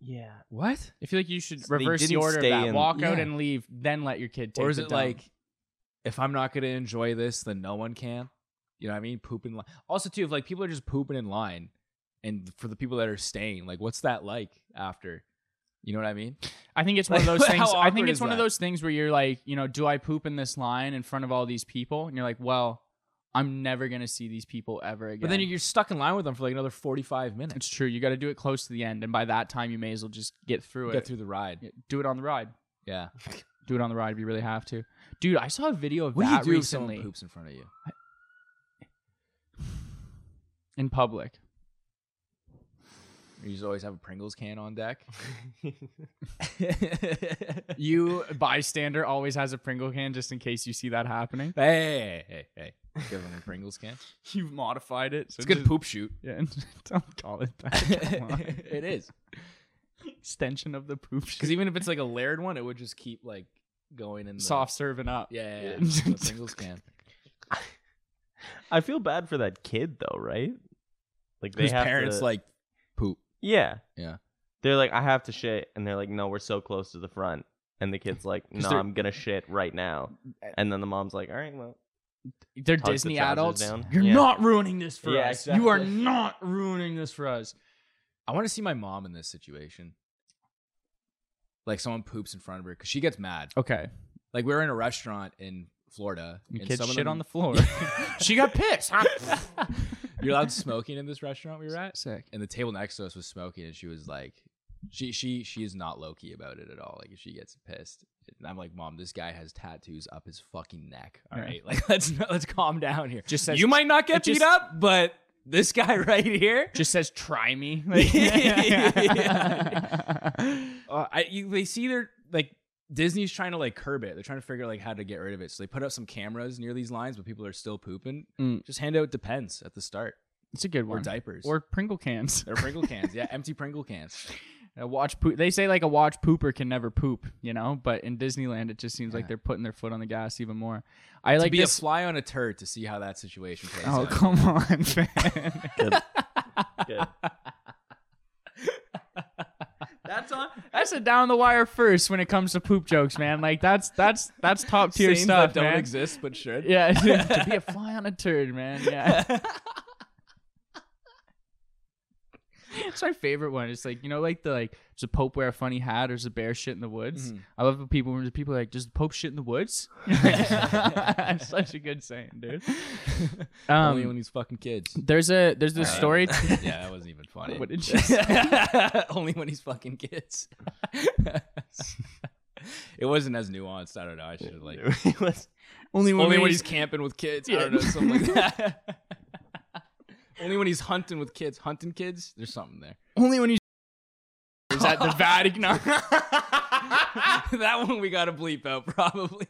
[SPEAKER 3] Yeah.
[SPEAKER 1] What?
[SPEAKER 2] I feel like you should
[SPEAKER 3] So they
[SPEAKER 2] reverse the
[SPEAKER 3] didn't
[SPEAKER 2] order of
[SPEAKER 3] stay
[SPEAKER 2] that.
[SPEAKER 3] in-
[SPEAKER 2] Walk out
[SPEAKER 1] Yeah.
[SPEAKER 2] and leave, then let your kid take
[SPEAKER 1] or is
[SPEAKER 2] the
[SPEAKER 1] it
[SPEAKER 2] dump.
[SPEAKER 1] like, if I'm not gonna enjoy this, then no one can? You know what I mean? Poop in line. Also, too, if like people are just pooping in line, and for the people that are staying, like, what's that like after? You know what I mean? (laughs)
[SPEAKER 2] I think it's one of
[SPEAKER 1] Like,
[SPEAKER 2] those
[SPEAKER 1] how
[SPEAKER 2] things. I think
[SPEAKER 1] awkward
[SPEAKER 2] it's
[SPEAKER 1] is
[SPEAKER 2] one of
[SPEAKER 1] that?
[SPEAKER 2] those things where you're like, you know, do I poop in this line in front of all these people? And you're like, well, I'm never gonna see these people ever again.
[SPEAKER 1] But then you're stuck in line with them for like another 45 minutes.
[SPEAKER 2] it's true. You got to do it close to the end, and by that time, you may as well just get through
[SPEAKER 1] Get
[SPEAKER 2] it.
[SPEAKER 1] through the ride.
[SPEAKER 2] Yeah, do it on the ride.
[SPEAKER 1] Yeah.
[SPEAKER 2] Do it on the ride if you really have to. Dude, I saw a video of
[SPEAKER 1] What do you
[SPEAKER 2] that
[SPEAKER 1] do if someone
[SPEAKER 2] recently
[SPEAKER 1] poops in front of you?
[SPEAKER 2] in public.
[SPEAKER 1] You just always have a Pringles can on (laughs) deck.
[SPEAKER 2] You (laughs) bystander always has a Pringle can just in case you see
[SPEAKER 1] (laughs)
[SPEAKER 2] that happening.
[SPEAKER 1] Hey, hey, hey. Give them a Pringles can.
[SPEAKER 2] You've modified it. So
[SPEAKER 1] It's a good
[SPEAKER 2] just-
[SPEAKER 1] poop (laughs) shoot.
[SPEAKER 2] (laughs) Yeah, and don't call it
[SPEAKER 1] (laughs)
[SPEAKER 2] that. Come on.
[SPEAKER 1] it is.
[SPEAKER 2] Extension of the
[SPEAKER 1] (laughs)
[SPEAKER 2] poop.
[SPEAKER 1] Because even if it's like a layered one, it would just keep like going in the
[SPEAKER 2] (laughs) soft serving up.
[SPEAKER 1] (laughs) Yeah, yeah,
[SPEAKER 2] Yeah.
[SPEAKER 1] yeah. the (laughs) Pringles can.
[SPEAKER 3] I feel bad for that kid though, right? Like they
[SPEAKER 1] Whose
[SPEAKER 3] have
[SPEAKER 1] parents
[SPEAKER 3] to-
[SPEAKER 1] like poop.
[SPEAKER 3] Yeah.
[SPEAKER 1] Yeah.
[SPEAKER 3] They're like, I have to shit, and they're like, No, we're so close to the front. And the kid's like,
[SPEAKER 1] 'Cause
[SPEAKER 3] No,
[SPEAKER 1] they're- Eh.
[SPEAKER 3] I'm gonna shit right now. And then the mom's like, All right, well.
[SPEAKER 2] They're
[SPEAKER 3] Tugs the
[SPEAKER 2] Disney
[SPEAKER 3] trousers
[SPEAKER 2] adults.
[SPEAKER 3] down.
[SPEAKER 2] You're
[SPEAKER 3] Yeah.
[SPEAKER 2] not ruining this for
[SPEAKER 3] Yeah,
[SPEAKER 2] us. You are
[SPEAKER 3] exactly.
[SPEAKER 2] not ruining this for us.
[SPEAKER 1] I want to see my mom in this situation. Like someone poops in front of her because she gets mad.
[SPEAKER 2] Okay.
[SPEAKER 1] Like we were in a restaurant in Florida.
[SPEAKER 2] Your
[SPEAKER 1] Oh. and
[SPEAKER 2] kids
[SPEAKER 1] some of
[SPEAKER 2] shit
[SPEAKER 1] them-
[SPEAKER 2] on
[SPEAKER 1] (laughs)
[SPEAKER 2] the floor. (laughs) she got pissed. huh?
[SPEAKER 1] You're allowed smoking in this restaurant we were at,
[SPEAKER 2] Sick.
[SPEAKER 1] and the table next to us was smoking, and she was like, she she she is not low key about it at all. Like she gets pissed, and I'm like, mom, this guy has tattoos up his fucking neck. All
[SPEAKER 2] Yeah.
[SPEAKER 1] right, (laughs) like let's let's calm down here.
[SPEAKER 2] Just says-
[SPEAKER 1] you might not
[SPEAKER 2] it
[SPEAKER 1] get beat
[SPEAKER 2] just-
[SPEAKER 1] up, but this guy (laughs) right here.
[SPEAKER 2] Just (laughs) says try (laughs) me.
[SPEAKER 1] (laughs) Yeah. Uh, I you, they see their like Disney's trying to like curb it. They're trying to figure out like how to get rid of it. So they put up some cameras near these lines, but people are still pooping.
[SPEAKER 2] Mm.
[SPEAKER 1] Just hand out depends at the start
[SPEAKER 2] It's a good
[SPEAKER 1] or
[SPEAKER 2] one.
[SPEAKER 1] diapers
[SPEAKER 2] Or Pringle cans. (laughs)
[SPEAKER 1] or Pringle cans. Yeah, empty Pringle cans.
[SPEAKER 2] A watch poop. They say like a watch pooper can never poop, you know. But in Disneyland, it just seems like
[SPEAKER 1] Yeah.
[SPEAKER 2] they're putting their foot on the gas even more. I
[SPEAKER 1] Like
[SPEAKER 2] like
[SPEAKER 1] be
[SPEAKER 2] this.
[SPEAKER 1] a fly on a turd to see how that situation plays
[SPEAKER 2] (laughs) oh
[SPEAKER 1] out.
[SPEAKER 2] come on, (laughs) man.
[SPEAKER 1] (laughs)
[SPEAKER 3] Good.
[SPEAKER 2] That's
[SPEAKER 3] (laughs)
[SPEAKER 2] on. That's a down the wire first when it comes to poop jokes, man. Like that's that's that's top tier
[SPEAKER 1] Sayings
[SPEAKER 2] stuff,
[SPEAKER 1] that don't
[SPEAKER 2] man.
[SPEAKER 1] exist but should.
[SPEAKER 2] (laughs) Yeah, to be a fly on a turd, man. Yeah. (laughs) It's my favorite one. It's like you know, like the like does the Pope wear a funny hat or does the bear shit in the woods?
[SPEAKER 1] Mhm.
[SPEAKER 2] I love when people when people are like, does the Pope shit in the (laughs) woods? It's such a good saying, dude.
[SPEAKER 1] (laughs) Only when
[SPEAKER 2] Um,
[SPEAKER 1] he's fucking kids.
[SPEAKER 2] there's a there's this story.
[SPEAKER 1] (laughs)
[SPEAKER 2] (laughs)
[SPEAKER 1] yeah, that wasn't even funny.
[SPEAKER 2] What
[SPEAKER 1] (laughs)
[SPEAKER 2] did you
[SPEAKER 1] Only when he's fucking kids. (laughs) it wasn't as nuanced. I don't know. I should have like
[SPEAKER 3] (laughs) It was-
[SPEAKER 2] only
[SPEAKER 1] only when he's camping with kids. I don't know something
[SPEAKER 2] (laughs)
[SPEAKER 1] like that. only when he's hunting with kids. Hunting kids. There's something there.
[SPEAKER 2] only when he's (laughs) is at the Vatican. (laughs) No.
[SPEAKER 1] (laughs) that one we gotta bleep out probably.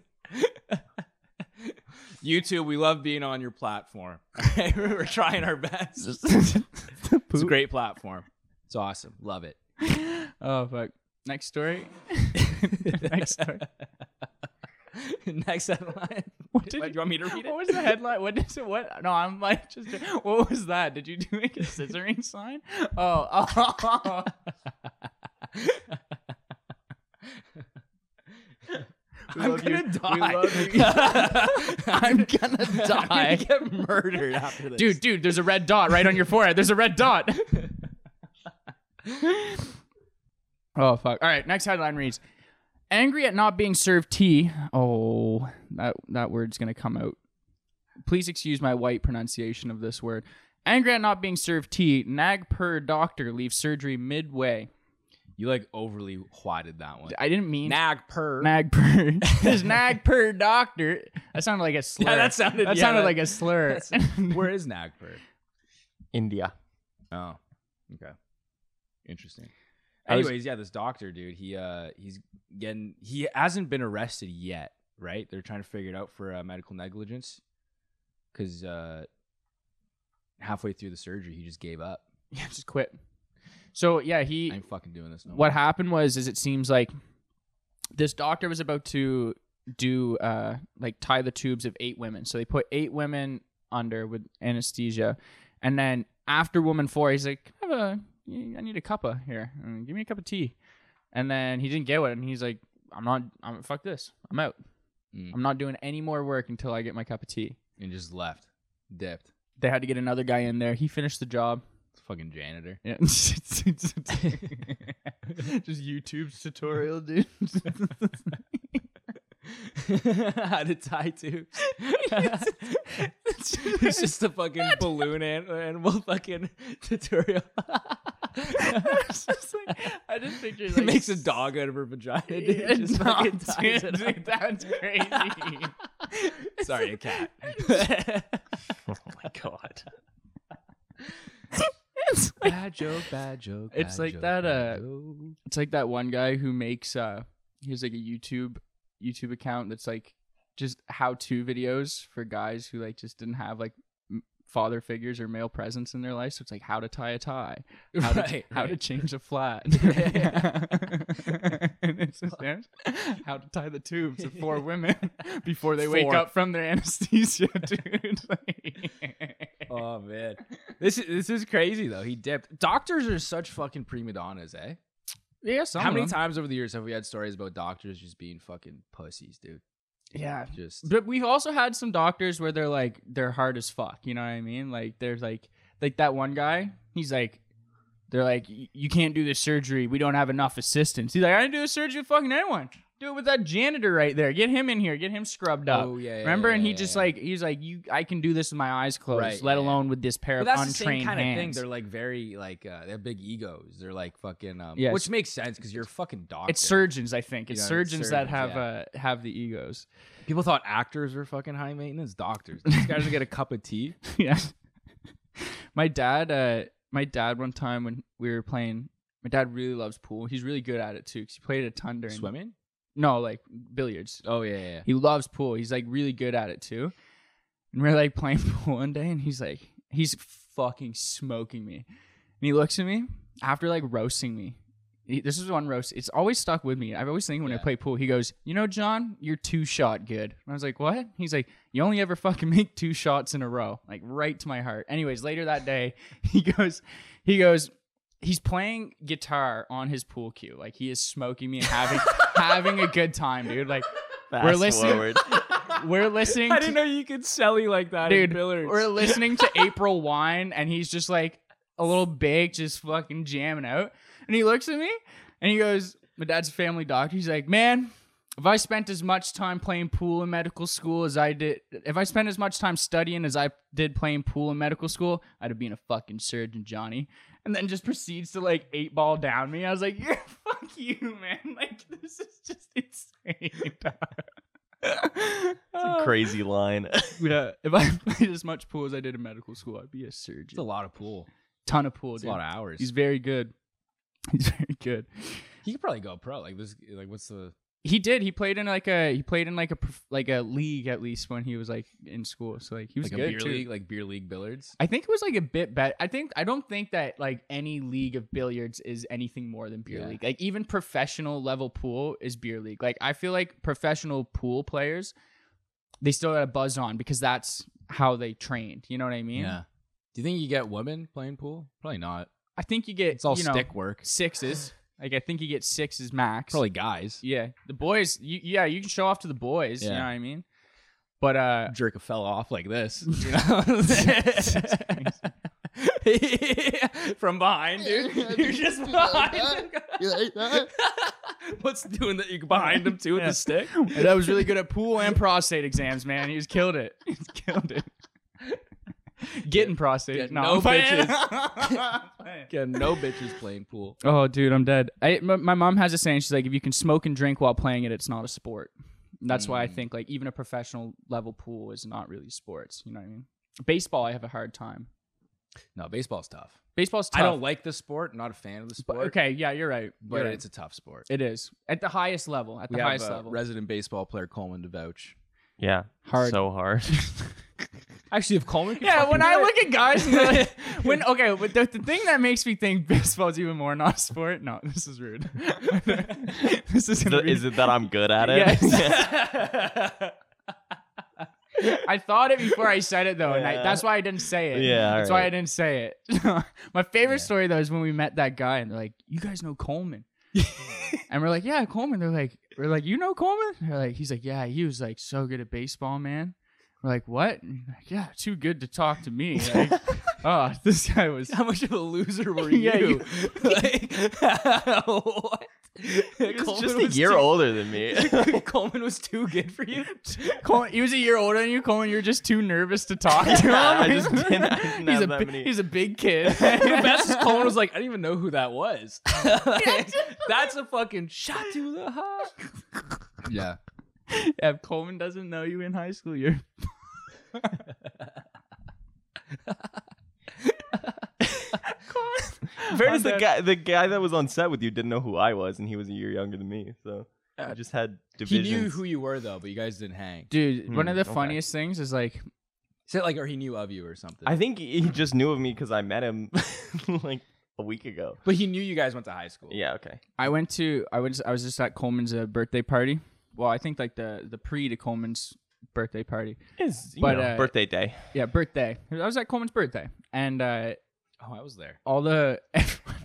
[SPEAKER 1] (laughs) YouTube, we love being on your platform. (laughs) Okay, we're trying our
[SPEAKER 2] (laughs)
[SPEAKER 1] best. It's a great platform. It's awesome. Love (laughs) it.
[SPEAKER 2] Oh fuck. Next (laughs) story. (laughs) Next story.
[SPEAKER 1] (laughs) Next headline.
[SPEAKER 2] What did
[SPEAKER 1] Wait,
[SPEAKER 2] you-
[SPEAKER 1] do you want me to read it?
[SPEAKER 2] What was the headline? What is it? What? No, I'm like, just what was that? Did you do like a scissoring sign? Oh, (laughs) oh.
[SPEAKER 1] I'm
[SPEAKER 2] love you.
[SPEAKER 1] gonna die.
[SPEAKER 2] We love (laughs)
[SPEAKER 1] I'm gonna (laughs)
[SPEAKER 2] die.
[SPEAKER 1] I'm gonna get murdered after this,
[SPEAKER 2] dude, dude, there's a red dot right on your forehead. There's a red dot. (laughs) oh fuck! All right, next headline reads: Angry at not being served tea. Oh, that that word's gonna come out. Please excuse my white pronunciation of this word. Angry at not being served tea. Nag per doctor leaves surgery midway.
[SPEAKER 1] You like overly whatted that one.
[SPEAKER 2] I didn't mean
[SPEAKER 1] Nag per.
[SPEAKER 2] Nag
[SPEAKER 1] (laughs)
[SPEAKER 2] per this nag per doctor. That sounded like a slur.
[SPEAKER 1] Yeah, that sounded-
[SPEAKER 2] that
[SPEAKER 1] yeah,
[SPEAKER 2] sounded
[SPEAKER 1] that-
[SPEAKER 2] like a slur.
[SPEAKER 1] Where is Nag per?
[SPEAKER 3] India.
[SPEAKER 1] Oh, okay, interesting.
[SPEAKER 3] I was-
[SPEAKER 1] Anyways, yeah, this doctor dude, he uh, he's getting he hasn't been arrested yet, right? They're trying to figure it out for uh, medical negligence because uh, halfway through the surgery, he just gave up.
[SPEAKER 2] yeah, just quit. So yeah, he
[SPEAKER 1] I ain't fucking doing this no
[SPEAKER 2] what happened was is it seems like this doctor was about to do uh like tie the tubes of eight women so they put eight women under with anesthesia and then after woman four he's like "Can I have a "Yeah, I need a cuppa here. And give me a cup of tea. And then he didn't get one. And he's like, I'm not, I'm fuck this. I'm out.
[SPEAKER 1] Mm.
[SPEAKER 2] I'm not doing any more work until I get my cup of tea.
[SPEAKER 1] and just left, dipped.
[SPEAKER 2] They had to get another guy in there. He finished the job.
[SPEAKER 1] Fucking janitor.
[SPEAKER 2] Yeah. (laughs) Just YouTube's tutorial, dude.
[SPEAKER 1] (laughs) How to tie
[SPEAKER 2] (laughs)
[SPEAKER 1] tubes. it's just a fucking balloon (laughs) an- animal fucking (laughs) tutorial.
[SPEAKER 2] (laughs) It's just like- I just picture
[SPEAKER 1] It
[SPEAKER 2] like
[SPEAKER 1] makes a
[SPEAKER 2] (laughs)
[SPEAKER 1] dog out of her vagina. Dude.
[SPEAKER 2] Yeah,
[SPEAKER 1] Just
[SPEAKER 2] no,
[SPEAKER 1] fucking ties
[SPEAKER 2] dude,
[SPEAKER 1] it up.
[SPEAKER 2] dude, that's crazy.
[SPEAKER 1] Sorry, a
[SPEAKER 2] (laughs)
[SPEAKER 1] cat.
[SPEAKER 3] Oh my god.
[SPEAKER 2] it's, like,
[SPEAKER 1] (laughs) bad joke, bad joke.
[SPEAKER 2] It's
[SPEAKER 1] bad
[SPEAKER 2] like
[SPEAKER 1] joke,
[SPEAKER 2] that,
[SPEAKER 1] bad
[SPEAKER 2] uh,
[SPEAKER 1] joke.
[SPEAKER 2] it's like that one guy who makes uh he has like a YouTube YouTube account that's like just how to videos for guys who like just didn't have like m- father figures or male presence in their life. So it's like how to tie a (laughs) tie, how to,
[SPEAKER 1] Right,
[SPEAKER 2] how to
[SPEAKER 1] right.
[SPEAKER 2] change a (laughs) flat, and it's just him, how to tie the tubes of (laughs) four women before they wake
[SPEAKER 1] Four.
[SPEAKER 2] up from their (laughs) anesthesia, dude. (laughs)
[SPEAKER 1] Oh man, this is this is crazy though. He dipped. Doctors are such fucking prima donnas, eh?
[SPEAKER 2] yeah, some
[SPEAKER 1] How
[SPEAKER 2] of
[SPEAKER 1] many
[SPEAKER 2] them.
[SPEAKER 1] times over the years have we had stories about doctors just being fucking pussies, dude?
[SPEAKER 2] Yeah,
[SPEAKER 1] Just
[SPEAKER 2] But we've also had some doctors where they're like they're hard as fuck. You know what I mean? Like there's like like that one guy. He's like they're like "Y- you can't do this surgery. We don't have enough assistants. He's like I didn't do the surgery with fucking anyone. Do it with that janitor right there. Get him in here. Get him scrubbed up.
[SPEAKER 1] Oh, yeah, yeah,
[SPEAKER 2] Remember?
[SPEAKER 1] yeah,
[SPEAKER 2] and he
[SPEAKER 1] yeah,
[SPEAKER 2] just
[SPEAKER 1] yeah.
[SPEAKER 2] like he's like you. I can do this with my eyes closed.
[SPEAKER 1] Right,
[SPEAKER 2] let
[SPEAKER 1] yeah,
[SPEAKER 2] alone with this pair
[SPEAKER 1] But
[SPEAKER 2] of
[SPEAKER 1] that's the
[SPEAKER 2] untrained
[SPEAKER 1] same kind of
[SPEAKER 2] hands.
[SPEAKER 1] thing. They're like very like uh, they have big egos. They're like fucking um,
[SPEAKER 2] Yes.
[SPEAKER 1] which makes sense because you're a fucking doctor.
[SPEAKER 2] it's surgeons, I think. It's
[SPEAKER 1] You know, it's
[SPEAKER 2] surgeons that
[SPEAKER 1] surgeons,
[SPEAKER 2] have
[SPEAKER 1] yeah.
[SPEAKER 2] uh, have the egos.
[SPEAKER 1] People thought actors were fucking high maintenance. Doctors, these guys will get a cup of
[SPEAKER 2] (laughs)
[SPEAKER 1] tea.
[SPEAKER 2] yeah. My dad, uh, my dad, one time when we were playing, my dad really loves pool. He's really good at it too because he played it a ton during
[SPEAKER 1] Swimming?
[SPEAKER 2] No, like billiards.
[SPEAKER 1] Oh yeah, yeah.
[SPEAKER 2] He loves pool. He's like really good at it too. And we're like playing (laughs) pool one day, and he's like, he's fucking smoking me. And he looks at me after like roasting me. He- this is one roast. It's always stuck with me. I've always thinking when I
[SPEAKER 1] Yeah.
[SPEAKER 2] play pool, he goes, "You know, John, you're two shot good." And I was like, "What?" He's like, "You only ever fucking (laughs) make two shots in a row." Like right to my heart. Anyways, later that day, (laughs) he goes, he goes, he's playing guitar on his pool cue. Like he is smoking me
[SPEAKER 1] (laughs)
[SPEAKER 2] and having having a good time, dude. Like
[SPEAKER 3] Fast
[SPEAKER 2] listening-
[SPEAKER 3] forward.
[SPEAKER 2] we're
[SPEAKER 1] (laughs)
[SPEAKER 2] listening.
[SPEAKER 1] I
[SPEAKER 2] to-
[SPEAKER 1] didn't know you could selly like that,
[SPEAKER 2] dude.
[SPEAKER 1] In Billards.
[SPEAKER 2] We're
[SPEAKER 1] (laughs)
[SPEAKER 2] listening to April Wine, and he's just like a little big, just fucking jamming out. And he looks at me, and he goes, "My dad's a family doctor." He's like, "Man, if I spent as much time playing pool in medical school as I did, if I spent as much time studying as I did playing pool in medical school, I'd have been a fucking surgeon, Johnny." And then just proceeds to like eight ball down me. I was like, (laughs) "You're fuck you, man! Like this is just (laughs) insane." Oh.
[SPEAKER 3] Crazy line. (laughs)
[SPEAKER 2] Yeah, if I (laughs) played as much pool as I did in medical school, I'd be a surgeon.
[SPEAKER 1] It's a lot of pool.
[SPEAKER 2] ton of pool,
[SPEAKER 1] It's
[SPEAKER 2] dude.
[SPEAKER 1] a lot of hours.
[SPEAKER 2] He's very good. (laughs) He's very good.
[SPEAKER 1] he could probably go pro. Like this. Like what's the?
[SPEAKER 2] He did. He played in like a he played in like a prof- like a league at least when he was like in school. So like he was
[SPEAKER 1] like a
[SPEAKER 2] good
[SPEAKER 1] beer
[SPEAKER 2] too.
[SPEAKER 1] league, like beer league billiards.
[SPEAKER 2] I think it was like a bit better. I think I don't think that like any league of billiards is anything more than beer
[SPEAKER 1] Yeah.
[SPEAKER 2] league. Like even professional level pool is beer league. Like I feel like professional pool players, they still got a buzz on because that's how they trained. You know what I mean?
[SPEAKER 1] Do you think you get women playing pool? Probably not.
[SPEAKER 2] I think you get
[SPEAKER 1] It's all
[SPEAKER 2] you know,
[SPEAKER 1] stick work.
[SPEAKER 2] sixes. Like I think you get sixes max.
[SPEAKER 1] Probably guys.
[SPEAKER 2] Yeah. The boys you, yeah, you can show off to the boys, you
[SPEAKER 1] Yeah.
[SPEAKER 2] know what I mean? But (laughs) uh
[SPEAKER 1] Jerk a fella off like
[SPEAKER 2] (laughs)
[SPEAKER 1] this. You (laughs) know? From behind, dude.
[SPEAKER 2] (laughs)
[SPEAKER 1] You're just behind. What's doing that? You behind him too with
[SPEAKER 2] Yeah.
[SPEAKER 1] the stick?
[SPEAKER 2] (laughs) and I was really good at pool and prostate exams, man. He was killed it. (laughs) He's killed it. Getting prostate.
[SPEAKER 1] Get
[SPEAKER 2] no,
[SPEAKER 1] no
[SPEAKER 2] I'm
[SPEAKER 1] (laughs)
[SPEAKER 2] playing.
[SPEAKER 1] bitches.
[SPEAKER 2] (laughs)
[SPEAKER 1] Yeah, no bitches playing pool.
[SPEAKER 2] oh, dude, I'm dead. I, my, my mom has a saying. She's like, if you can smoke and drink while playing it, it's not a sport. And That's why I
[SPEAKER 1] Mm.
[SPEAKER 2] think like even a professional level pool is not really sports. You know what I mean? Baseball, I have a hard time.
[SPEAKER 1] No, baseball's tough.
[SPEAKER 2] Baseball's tough.
[SPEAKER 1] I don't like the sport. Not a fan of the
[SPEAKER 2] But-
[SPEAKER 1] sport.
[SPEAKER 2] okay, yeah, you're right.
[SPEAKER 1] but
[SPEAKER 2] You're right.
[SPEAKER 1] it's a tough sport.
[SPEAKER 2] it is at the highest level. At the
[SPEAKER 1] we have
[SPEAKER 2] highest
[SPEAKER 1] a
[SPEAKER 2] level,
[SPEAKER 1] resident baseball player Coleman to vouch.
[SPEAKER 3] Yeah.
[SPEAKER 2] Hard.
[SPEAKER 3] So hard.
[SPEAKER 1] Actually, if Coleman, could
[SPEAKER 2] (laughs) Yeah,
[SPEAKER 1] fucking
[SPEAKER 2] when
[SPEAKER 1] do
[SPEAKER 2] I
[SPEAKER 1] it-
[SPEAKER 2] look at guys, and they're like,
[SPEAKER 1] (laughs)
[SPEAKER 2] when okay, but the, the thing that makes me think (laughs) baseball's even more not a sport. No, this is rude. (laughs)
[SPEAKER 1] (laughs)
[SPEAKER 2] this is
[SPEAKER 3] (laughs) Is it that I'm good at it?
[SPEAKER 2] Yes. I thought it before I said it though, and I,
[SPEAKER 3] Yeah.
[SPEAKER 2] that's why I didn't say it.
[SPEAKER 3] Yeah, all
[SPEAKER 2] that's why I
[SPEAKER 3] right.
[SPEAKER 2] didn't say it. (laughs) My favorite
[SPEAKER 1] Yeah.
[SPEAKER 2] story though is when we met that guy, and they're like, "You guys know
[SPEAKER 3] (laughs)
[SPEAKER 2] Coleman," and we're like, "Yeah, Coleman." They're like, "We're like, you know Coleman?" They're like, "He's like, yeah, he was like so good at baseball, man." We're like, "What?" And he's like, yeah, too good to talk to me.
[SPEAKER 3] (laughs)
[SPEAKER 2] Like, oh, (laughs) this guy was.
[SPEAKER 1] (laughs) How much of a loser were
[SPEAKER 2] Yeah,
[SPEAKER 1] you? (laughs) like, what?
[SPEAKER 3] He's
[SPEAKER 1] Coleman
[SPEAKER 3] just a
[SPEAKER 1] was
[SPEAKER 3] year
[SPEAKER 1] too-
[SPEAKER 3] older
[SPEAKER 2] (laughs)
[SPEAKER 3] than me. (laughs)
[SPEAKER 1] (laughs) Coleman was too good for you. (laughs)
[SPEAKER 2] Coleman, he was a year older than you, Coleman. You're just too nervous to talk to him.
[SPEAKER 3] (laughs) I just didn't- I
[SPEAKER 2] (laughs) he's,
[SPEAKER 3] didn't have
[SPEAKER 2] a,
[SPEAKER 3] that
[SPEAKER 2] bi-
[SPEAKER 3] many-
[SPEAKER 2] he's a big
[SPEAKER 3] (laughs)
[SPEAKER 2] kid.
[SPEAKER 1] the best is Coleman was like, I didn't even know who that was. (laughs) Like, (laughs) that's a fucking shot to the heart. (laughs) Yeah.
[SPEAKER 2] Yeah, if Coleman doesn't know you in high school, you're
[SPEAKER 3] Fairness, the
[SPEAKER 2] that-
[SPEAKER 3] guy, the guy that was on set with you didn't know who I was, and he was a year younger than me. So
[SPEAKER 2] Uh,
[SPEAKER 3] I just had
[SPEAKER 1] He
[SPEAKER 3] divisions.
[SPEAKER 1] knew who you were though, but you guys didn't hang.
[SPEAKER 2] dude. one of
[SPEAKER 3] Hmm,
[SPEAKER 2] the
[SPEAKER 3] okay.
[SPEAKER 2] funniest things is like,
[SPEAKER 1] Is it like, or he knew of you or something?
[SPEAKER 3] I think he just knew of me because I met him (laughs) like a week ago.
[SPEAKER 1] but he knew you guys went to high school.
[SPEAKER 3] Yeah. Okay.
[SPEAKER 2] I went to I was I was just at Coleman's uh, birthday party. Well, I think like the the pre to Coleman's birthday party.
[SPEAKER 3] It's
[SPEAKER 2] But, uh, (laughs)
[SPEAKER 3] birthday day. (laughs)
[SPEAKER 2] Yeah, birthday. I was at Coleman's birthday, and uh,
[SPEAKER 1] Oh, I was there.
[SPEAKER 2] all the (laughs)
[SPEAKER 1] I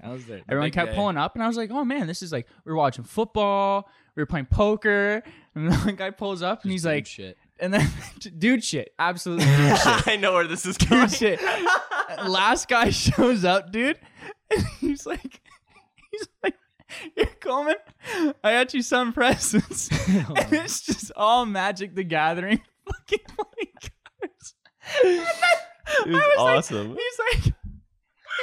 [SPEAKER 1] was there. The
[SPEAKER 2] everyone
[SPEAKER 1] big
[SPEAKER 2] kept
[SPEAKER 1] day.
[SPEAKER 2] pulling up, and I was like, oh man, this is like we were watching football, we were playing poker, (laughs) and the guy pulls up and he's
[SPEAKER 1] Dude,
[SPEAKER 2] like,
[SPEAKER 1] shit.
[SPEAKER 2] and then (laughs) dude shit, absolutely (laughs) dude shit.
[SPEAKER 3] I know where this is
[SPEAKER 2] Oh,
[SPEAKER 3] going.
[SPEAKER 2] shit. Last guy (laughs) shows up, dude, and (laughs) he's like, he's like, here, Coleman, I got you some (laughs)
[SPEAKER 3] (laughs)
[SPEAKER 2] presents.
[SPEAKER 3] Oh
[SPEAKER 2] and it's just all Magic the Gathering (laughs) fucking playing (laughs) cards. And then
[SPEAKER 3] It was
[SPEAKER 2] like-
[SPEAKER 3] awesome.
[SPEAKER 2] he's like,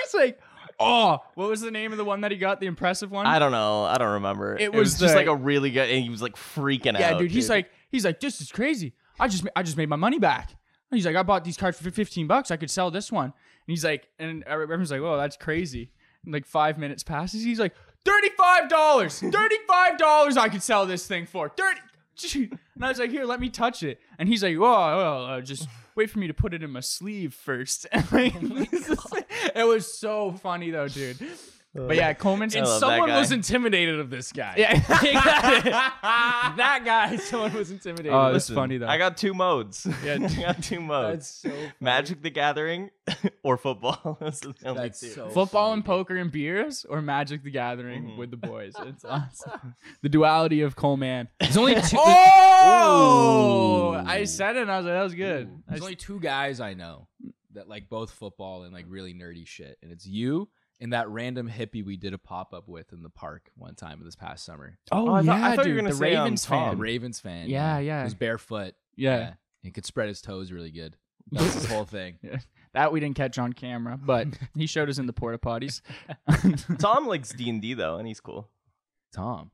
[SPEAKER 2] he's like, oh, what was the name of the one that he got? The impressive one?
[SPEAKER 3] I don't know. I don't remember.
[SPEAKER 2] It was
[SPEAKER 3] just
[SPEAKER 2] the-
[SPEAKER 3] like a really good, and he was like freaking out.
[SPEAKER 2] yeah, dude. He's like, he's like, this is crazy. I just, ma- I just made my money back. And He's like, I bought these cards for fifteen bucks. I could sell this one. And he's like, and everyone's like, oh, that's crazy. And like five minutes passes. He's like, thirty-five dollars, thirty-five dollars. I could sell this thing for thirty. (laughs) And I was like, here, let me touch it. And he's like, whoa, well, uh, just wait for me to put it in my sleeve first. (laughs) And like, this
[SPEAKER 3] Oh
[SPEAKER 2] is- it was so funny though, dude. But yeah, Coleman's.
[SPEAKER 3] I love that
[SPEAKER 1] Someone
[SPEAKER 3] guy.
[SPEAKER 1] was intimidated of this guy.
[SPEAKER 2] (laughs) yeah.
[SPEAKER 1] that guy. Someone was intimidated.
[SPEAKER 3] Uh,
[SPEAKER 2] Oh,
[SPEAKER 1] Listen,
[SPEAKER 2] that's funny though.
[SPEAKER 3] I got two modes. Yeah, (laughs) I got
[SPEAKER 2] (laughs)
[SPEAKER 3] two
[SPEAKER 1] that's (laughs)
[SPEAKER 3] modes.
[SPEAKER 1] so. funny.
[SPEAKER 3] Magic the Gathering (laughs) or football. (laughs) Those are the only
[SPEAKER 1] That's
[SPEAKER 3] two.
[SPEAKER 1] so.
[SPEAKER 2] Football and
[SPEAKER 1] funny.
[SPEAKER 2] poker and beers or Magic the Gathering with the boys. It's awesome. the duality of Coleman.
[SPEAKER 1] There's
[SPEAKER 3] (laughs)
[SPEAKER 1] only two.
[SPEAKER 2] Oh! I said it and I was like, that was good. I
[SPEAKER 1] There's only two guys Oh, I know that like both football and like really nerdy shit, and it's you and that random hippie we did a pop up with in the park one time this past summer.
[SPEAKER 2] oh,
[SPEAKER 3] I thought-
[SPEAKER 2] yeah,
[SPEAKER 3] I thought
[SPEAKER 2] dude.
[SPEAKER 3] you were gonna
[SPEAKER 2] the
[SPEAKER 3] say, um,
[SPEAKER 2] Ravens
[SPEAKER 1] The
[SPEAKER 3] Tom.
[SPEAKER 2] fan.
[SPEAKER 1] Ravens fan.
[SPEAKER 2] Yeah, yeah.
[SPEAKER 1] He was barefoot.
[SPEAKER 2] Yeah.
[SPEAKER 1] He could spread his toes really (laughs) good. That was his whole thing.
[SPEAKER 2] That we didn't catch on camera, but he showed us in the porta potties. (laughs)
[SPEAKER 3] Tom likes D and D though, and he's cool.
[SPEAKER 1] Tom.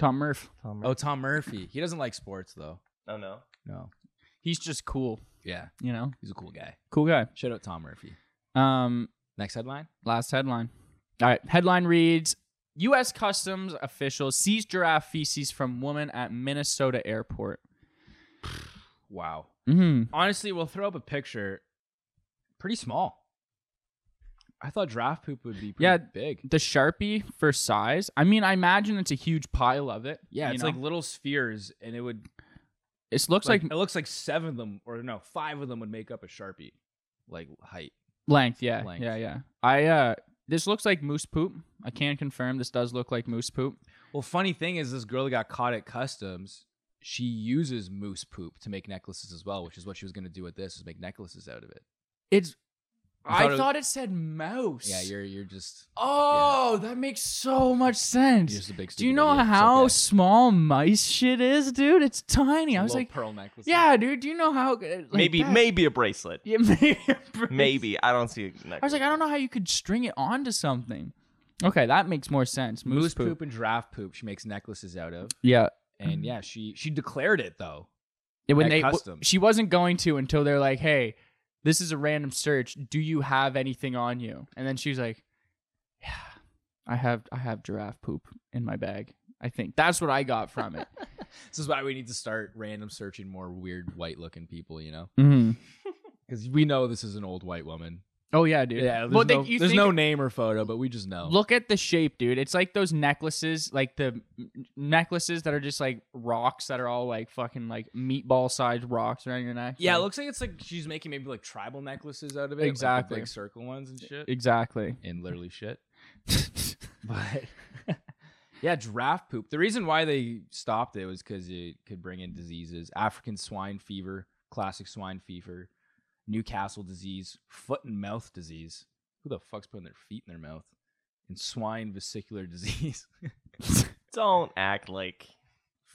[SPEAKER 2] Tom Murph.
[SPEAKER 3] Tom.
[SPEAKER 1] Oh, Tom Murphy. He doesn't like sports though.
[SPEAKER 3] oh no.
[SPEAKER 1] No.
[SPEAKER 2] He's just cool,
[SPEAKER 1] Yeah.
[SPEAKER 2] you know?
[SPEAKER 1] He's a cool guy.
[SPEAKER 2] Cool guy.
[SPEAKER 1] Shout out Tom Murphy.
[SPEAKER 2] Um,
[SPEAKER 1] Next headline.
[SPEAKER 2] Last headline. All right. Headline reads U.S. Customs official sees giraffe feces from woman at Minnesota airport.
[SPEAKER 1] Wow.
[SPEAKER 2] Mm-hmm.
[SPEAKER 1] Honestly, we'll throw up a picture. Pretty small. I thought draft poop would be pretty
[SPEAKER 2] Yeah.
[SPEAKER 1] big.
[SPEAKER 2] The Sharpie for size. I mean, I imagine it's a huge pile of it.
[SPEAKER 1] Yeah,
[SPEAKER 2] you
[SPEAKER 1] it's
[SPEAKER 2] know?
[SPEAKER 1] like little spheres, and it would
[SPEAKER 2] it looks like,
[SPEAKER 1] like, it looks like seven of them, or no, five of them would make up a sharpie, like height.
[SPEAKER 2] length. Yeah,
[SPEAKER 1] length.
[SPEAKER 2] yeah, yeah. I uh, this looks like moose poop. I can confirm this does look like moose poop.
[SPEAKER 1] Well, funny thing is, this girl that got caught at customs, she uses moose poop to make necklaces as well, which is what she was going to do with this, is make necklaces out of it.
[SPEAKER 2] It's.
[SPEAKER 1] I
[SPEAKER 2] I
[SPEAKER 1] thought
[SPEAKER 2] thought,
[SPEAKER 1] it-
[SPEAKER 2] it, said mouse.
[SPEAKER 1] Yeah, you're you're just
[SPEAKER 2] Oh, that makes so much sense.
[SPEAKER 1] you're just a big.
[SPEAKER 2] Do you
[SPEAKER 1] stupid
[SPEAKER 2] know
[SPEAKER 1] idiot. It's
[SPEAKER 2] how
[SPEAKER 1] okay.
[SPEAKER 2] small mice shit is, dude? It's tiny. I was
[SPEAKER 1] Little
[SPEAKER 2] like,
[SPEAKER 1] pearl necklace.
[SPEAKER 2] yeah, dude. Do you know how? uh, Like
[SPEAKER 3] maybe
[SPEAKER 2] that-
[SPEAKER 3] maybe a bracelet.
[SPEAKER 2] (laughs) Yeah, maybe. a brace.
[SPEAKER 3] Maybe I don't see. A
[SPEAKER 2] I was like, I don't know how you could string it onto something. Okay, that makes more sense. Moose,
[SPEAKER 1] moose
[SPEAKER 2] poop.
[SPEAKER 1] poop and giraffe poop. She makes necklaces out of,
[SPEAKER 2] Yeah.
[SPEAKER 1] and yeah, she she declared it though.
[SPEAKER 2] Yeah, When
[SPEAKER 1] At
[SPEAKER 2] they, w-
[SPEAKER 1] customs.
[SPEAKER 2] she wasn't going to until they're like, hey, this is a random search. Do you have anything on you? And then she's like, yeah, I have, I have giraffe poop in my bag. I think that's what I got
[SPEAKER 1] (laughs)
[SPEAKER 2] from it.
[SPEAKER 1] This is why we need to start random searching more weird white looking people, you know,
[SPEAKER 2] mm-hmm.
[SPEAKER 1] because we know this is an old white woman.
[SPEAKER 2] Oh yeah, dude.
[SPEAKER 1] Yeah, there's,
[SPEAKER 2] Well, they-
[SPEAKER 1] no,
[SPEAKER 2] you
[SPEAKER 1] there's
[SPEAKER 2] think-
[SPEAKER 1] no name or photo, but we just know.
[SPEAKER 2] Look at the shape, dude. It's like those necklaces, like the n- necklaces that are just like rocks that are all like fucking like meatball sized rocks around your neck.
[SPEAKER 1] yeah, it
[SPEAKER 2] Like-
[SPEAKER 1] looks like it's like she's making maybe like tribal necklaces out of it, like the
[SPEAKER 2] Exactly.
[SPEAKER 1] big circle ones and shit, (laughs)
[SPEAKER 2] exactly.
[SPEAKER 1] and literally
[SPEAKER 3] (laughs)
[SPEAKER 1] shit. But (laughs) yeah, giraffe poop. The reason why they stopped it was because it could bring in diseases: African swine fever, classic swine fever, Newcastle disease, foot and mouth disease. Who the fuck's putting their feet in their mouth? And swine vesicular (laughs) disease,
[SPEAKER 3] Don't act like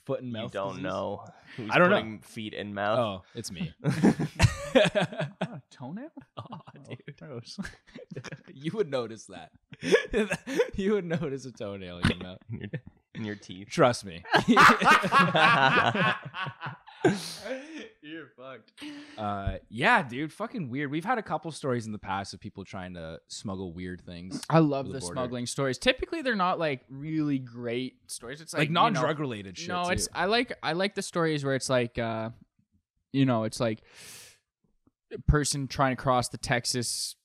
[SPEAKER 1] foot and
[SPEAKER 3] you
[SPEAKER 1] mouth.
[SPEAKER 3] don't
[SPEAKER 1] disease?
[SPEAKER 3] know. Who's
[SPEAKER 1] I don't know.
[SPEAKER 3] putting Feet in mouth.
[SPEAKER 1] Oh, it's me. (laughs)
[SPEAKER 2] toenail? dude.
[SPEAKER 1] you would notice that. (laughs) you would notice a toenail in your mouth.
[SPEAKER 3] (laughs) in, your, in
[SPEAKER 2] (laughs)
[SPEAKER 3] your teeth.
[SPEAKER 1] Trust me.
[SPEAKER 2] You're fucked.
[SPEAKER 1] Uh, yeah, dude, fucking weird. We've had a couple stories in the past of people trying to smuggle weird things.
[SPEAKER 2] I love
[SPEAKER 1] The
[SPEAKER 2] the,
[SPEAKER 1] border.
[SPEAKER 2] smuggling stories. Typically, they're not like really great stories. It's
[SPEAKER 1] Like,
[SPEAKER 2] like, you know-
[SPEAKER 1] non drug related shit.
[SPEAKER 2] No,
[SPEAKER 1] too.
[SPEAKER 2] it's I like I like the stories where it's like uh you know, it's like a person trying to cross the Texas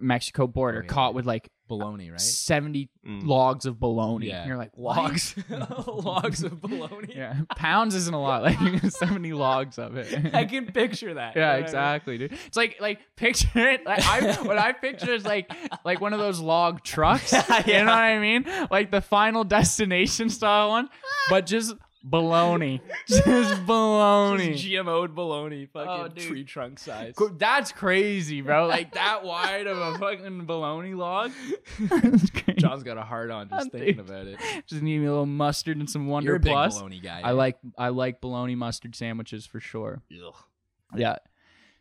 [SPEAKER 2] Mexico border
[SPEAKER 1] Oh, yeah.
[SPEAKER 2] caught with like
[SPEAKER 1] baloney, right?
[SPEAKER 2] 70
[SPEAKER 3] Mm.
[SPEAKER 2] logs of bologna.
[SPEAKER 1] Yeah.
[SPEAKER 2] And you're like, what?
[SPEAKER 1] (laughs) Logs. Logs of baloney.
[SPEAKER 2] Yeah. Pounds isn't a lot. Like (laughs) 70 logs of it.
[SPEAKER 1] (laughs) I can picture that.
[SPEAKER 2] (laughs)
[SPEAKER 1] You
[SPEAKER 2] Yeah,
[SPEAKER 1] know what I mean?
[SPEAKER 2] exactly, dude. It's like like picture it. Like I,
[SPEAKER 1] (laughs)
[SPEAKER 2] what I picture is like like one of those log trucks. You know what I mean? Like the final destination style one, but just
[SPEAKER 1] (laughs)
[SPEAKER 2] baloney, just
[SPEAKER 1] Just
[SPEAKER 2] baloney.
[SPEAKER 1] GMO'd baloney, fucking
[SPEAKER 2] Oh, dude.
[SPEAKER 1] tree trunk size.
[SPEAKER 2] Co- That's crazy, bro. Like that wide of a fucking
[SPEAKER 1] (laughs)
[SPEAKER 2] baloney log.
[SPEAKER 1] (laughs)
[SPEAKER 2] (laughs)
[SPEAKER 1] John's got a hard on (laughs) just
[SPEAKER 2] Dude.
[SPEAKER 1] thinking about it.
[SPEAKER 2] Just need me a little mustard and some Wonder
[SPEAKER 1] You're a big
[SPEAKER 2] Plus.
[SPEAKER 1] baloney guy.
[SPEAKER 2] I like I like baloney mustard sandwiches for sure.
[SPEAKER 1] Ugh.
[SPEAKER 2] Yeah,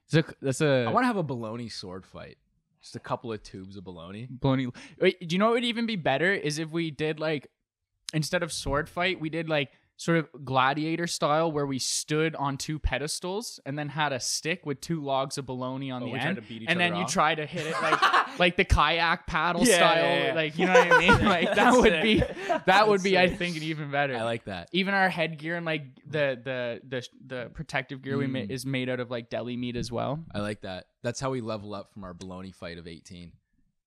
[SPEAKER 2] so that's a
[SPEAKER 1] I want to have a baloney sword fight. Just a couple of tubes of baloney.
[SPEAKER 2] Baloney. Wait, do you know what would even be better is if we did like instead of sword fight, we did like sort of gladiator style where we stood on two pedestals and then had a stick with two logs of baloney on
[SPEAKER 1] Oh,
[SPEAKER 2] the
[SPEAKER 1] we tried
[SPEAKER 2] end,
[SPEAKER 1] to beat each
[SPEAKER 2] and
[SPEAKER 1] other
[SPEAKER 2] then
[SPEAKER 1] off?
[SPEAKER 2] you try to hit it
[SPEAKER 1] (laughs)
[SPEAKER 2] like like the kayak paddle
[SPEAKER 1] Yeah,
[SPEAKER 2] style,
[SPEAKER 1] yeah, yeah.
[SPEAKER 2] like you know what
[SPEAKER 1] (laughs)
[SPEAKER 2] I mean? Like that
[SPEAKER 1] That's
[SPEAKER 2] would
[SPEAKER 1] sick.
[SPEAKER 2] be that would
[SPEAKER 1] That's
[SPEAKER 2] be I
[SPEAKER 1] sick.
[SPEAKER 2] think an even better.
[SPEAKER 1] I like that.
[SPEAKER 2] even our headgear and like the the the the protective gear we ma-
[SPEAKER 1] Mm.
[SPEAKER 2] is made out of like deli meat as well.
[SPEAKER 1] I like that. That's how we level up from our baloney fight of 18.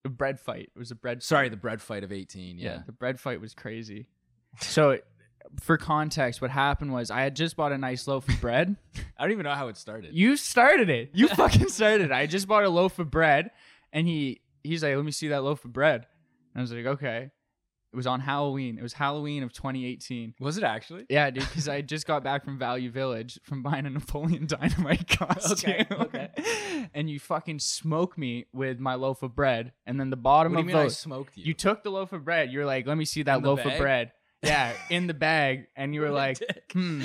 [SPEAKER 2] A bread fight. It was a bread
[SPEAKER 1] Sorry, the bread fight of 18.
[SPEAKER 2] yeah.
[SPEAKER 1] Yeah.
[SPEAKER 2] the bread fight was crazy so it- for context what happened was i had just bought a nice loaf of bread
[SPEAKER 1] I don't even know how it started.
[SPEAKER 2] (laughs) you started it you fucking started it i just bought a loaf of bread and he he's like let me see that loaf of bread and i was like okay it was on halloween it was halloween of 2018
[SPEAKER 1] was it actually?
[SPEAKER 2] yeah, dude, because I just got back from Value Village from buying a Napoleon (laughs) Dynamite costume.
[SPEAKER 1] Okay, okay.
[SPEAKER 2] (laughs) And you fucking smoke me with my loaf of bread, and then the bottom
[SPEAKER 1] What do you
[SPEAKER 2] of
[SPEAKER 1] mean I
[SPEAKER 2] those.
[SPEAKER 1] smoked you?
[SPEAKER 2] You took the loaf of bread. You're like, let me see that
[SPEAKER 1] In the
[SPEAKER 2] loaf
[SPEAKER 1] bag?
[SPEAKER 2] of bread. Yeah, in the bag. And you were
[SPEAKER 1] (laughs) What a
[SPEAKER 2] like,
[SPEAKER 1] dick.
[SPEAKER 2] hmm.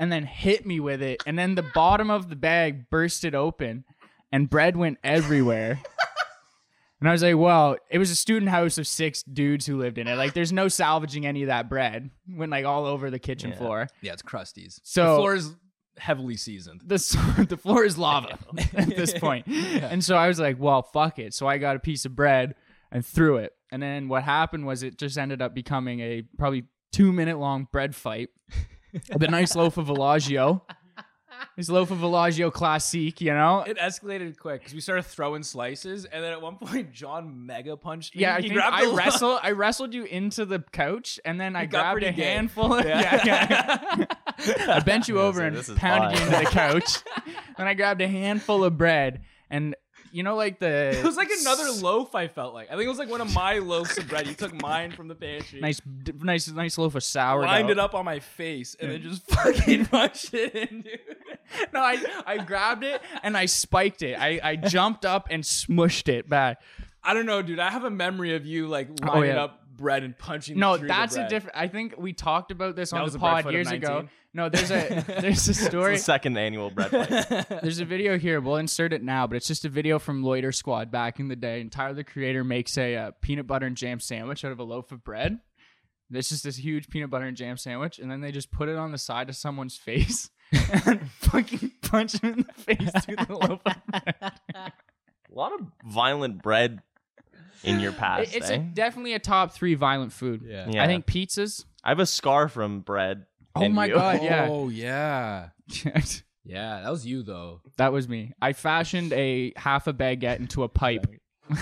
[SPEAKER 2] And then hit me with it. And then the bottom of the bag bursted open and bread went everywhere. and I was like, well, it was a student house of six dudes who lived in it. Like, there's no salvaging any of that bread. Went like all over the kitchen
[SPEAKER 3] Yeah.
[SPEAKER 2] floor.
[SPEAKER 1] yeah, it's crusties.
[SPEAKER 2] So-
[SPEAKER 1] the floor is heavily seasoned.
[SPEAKER 2] The, s- (laughs) the floor is lava (laughs)
[SPEAKER 1] (laughs)
[SPEAKER 2] at this point. And so I was like, well, fuck it. So I got a piece of bread and threw it. And then what happened was it just ended up becoming a probably two minute long bread fight. the nice loaf
[SPEAKER 1] (laughs)
[SPEAKER 2] of Elagio. This loaf of Elagio classique, you know?
[SPEAKER 1] It escalated quick because we started throwing slices, and then at one (laughs) point John mega punched me.
[SPEAKER 2] yeah, I,
[SPEAKER 1] He
[SPEAKER 2] think
[SPEAKER 1] grabbed
[SPEAKER 2] I
[SPEAKER 1] the- (laughs)
[SPEAKER 2] wrestled. I wrestled you into the couch, and then I
[SPEAKER 1] It got
[SPEAKER 2] grabbed a
[SPEAKER 1] pretty gay.
[SPEAKER 2] handful. Of,
[SPEAKER 1] Yeah.
[SPEAKER 2] yeah, yeah. I bent
[SPEAKER 3] (laughs)
[SPEAKER 2] you
[SPEAKER 3] I was
[SPEAKER 2] over
[SPEAKER 3] like,
[SPEAKER 2] and
[SPEAKER 3] "This is
[SPEAKER 2] pounded you
[SPEAKER 3] fine."
[SPEAKER 2] into the
[SPEAKER 3] (laughs)
[SPEAKER 2] couch. then I grabbed a handful of bread, and you know, like the
[SPEAKER 1] (laughs) It was like another (laughs) loaf. I felt like I think it was like one of my loaves of bread. You took mine from the pantry.
[SPEAKER 2] nice, d- nice, nice loaf of sourdough.
[SPEAKER 1] lined it up on my face and then just (laughs) fucking punched it in, dude.
[SPEAKER 2] No, I, I grabbed it and I spiked it. I, I jumped up and smushed it back.
[SPEAKER 1] I don't know, dude. I have a memory of you like
[SPEAKER 2] Oh,
[SPEAKER 1] lining
[SPEAKER 2] yeah.
[SPEAKER 1] up bread and punching.
[SPEAKER 2] No,
[SPEAKER 1] through
[SPEAKER 2] that's
[SPEAKER 1] the
[SPEAKER 2] a
[SPEAKER 1] bread.
[SPEAKER 2] different. I think we talked about this on
[SPEAKER 1] was
[SPEAKER 2] the
[SPEAKER 1] a bread
[SPEAKER 2] pod
[SPEAKER 1] fight of
[SPEAKER 2] years ago.
[SPEAKER 1] 19.
[SPEAKER 2] No, there's (laughs) a there's a story.
[SPEAKER 3] It's the second
[SPEAKER 2] (laughs)
[SPEAKER 3] annual bread fight.
[SPEAKER 2] There's a video here. We'll insert it now, but it's just a video from Loiter Squad back in the day. And Tyler the Creator makes a uh, peanut butter and jam sandwich out of a loaf of bread. It's just this huge peanut butter and jam sandwich, and then they just put it on the side of someone's face (laughs) and fucking punch him in the face through the loaf of bread.
[SPEAKER 3] A lot of violent bread in your past.
[SPEAKER 2] It- it's a,
[SPEAKER 3] eh?
[SPEAKER 2] definitely a top three violent food.
[SPEAKER 1] Yeah.
[SPEAKER 3] yeah.
[SPEAKER 2] I think pizzas. (laughs)
[SPEAKER 3] I have a scar from bread.
[SPEAKER 2] Oh
[SPEAKER 3] and
[SPEAKER 2] my
[SPEAKER 3] you.
[SPEAKER 2] God. yeah.
[SPEAKER 1] Oh yeah.
[SPEAKER 2] Shit.
[SPEAKER 1] Yeah, that was you though.
[SPEAKER 2] That was me. I fashioned a half a baguette into a pipe.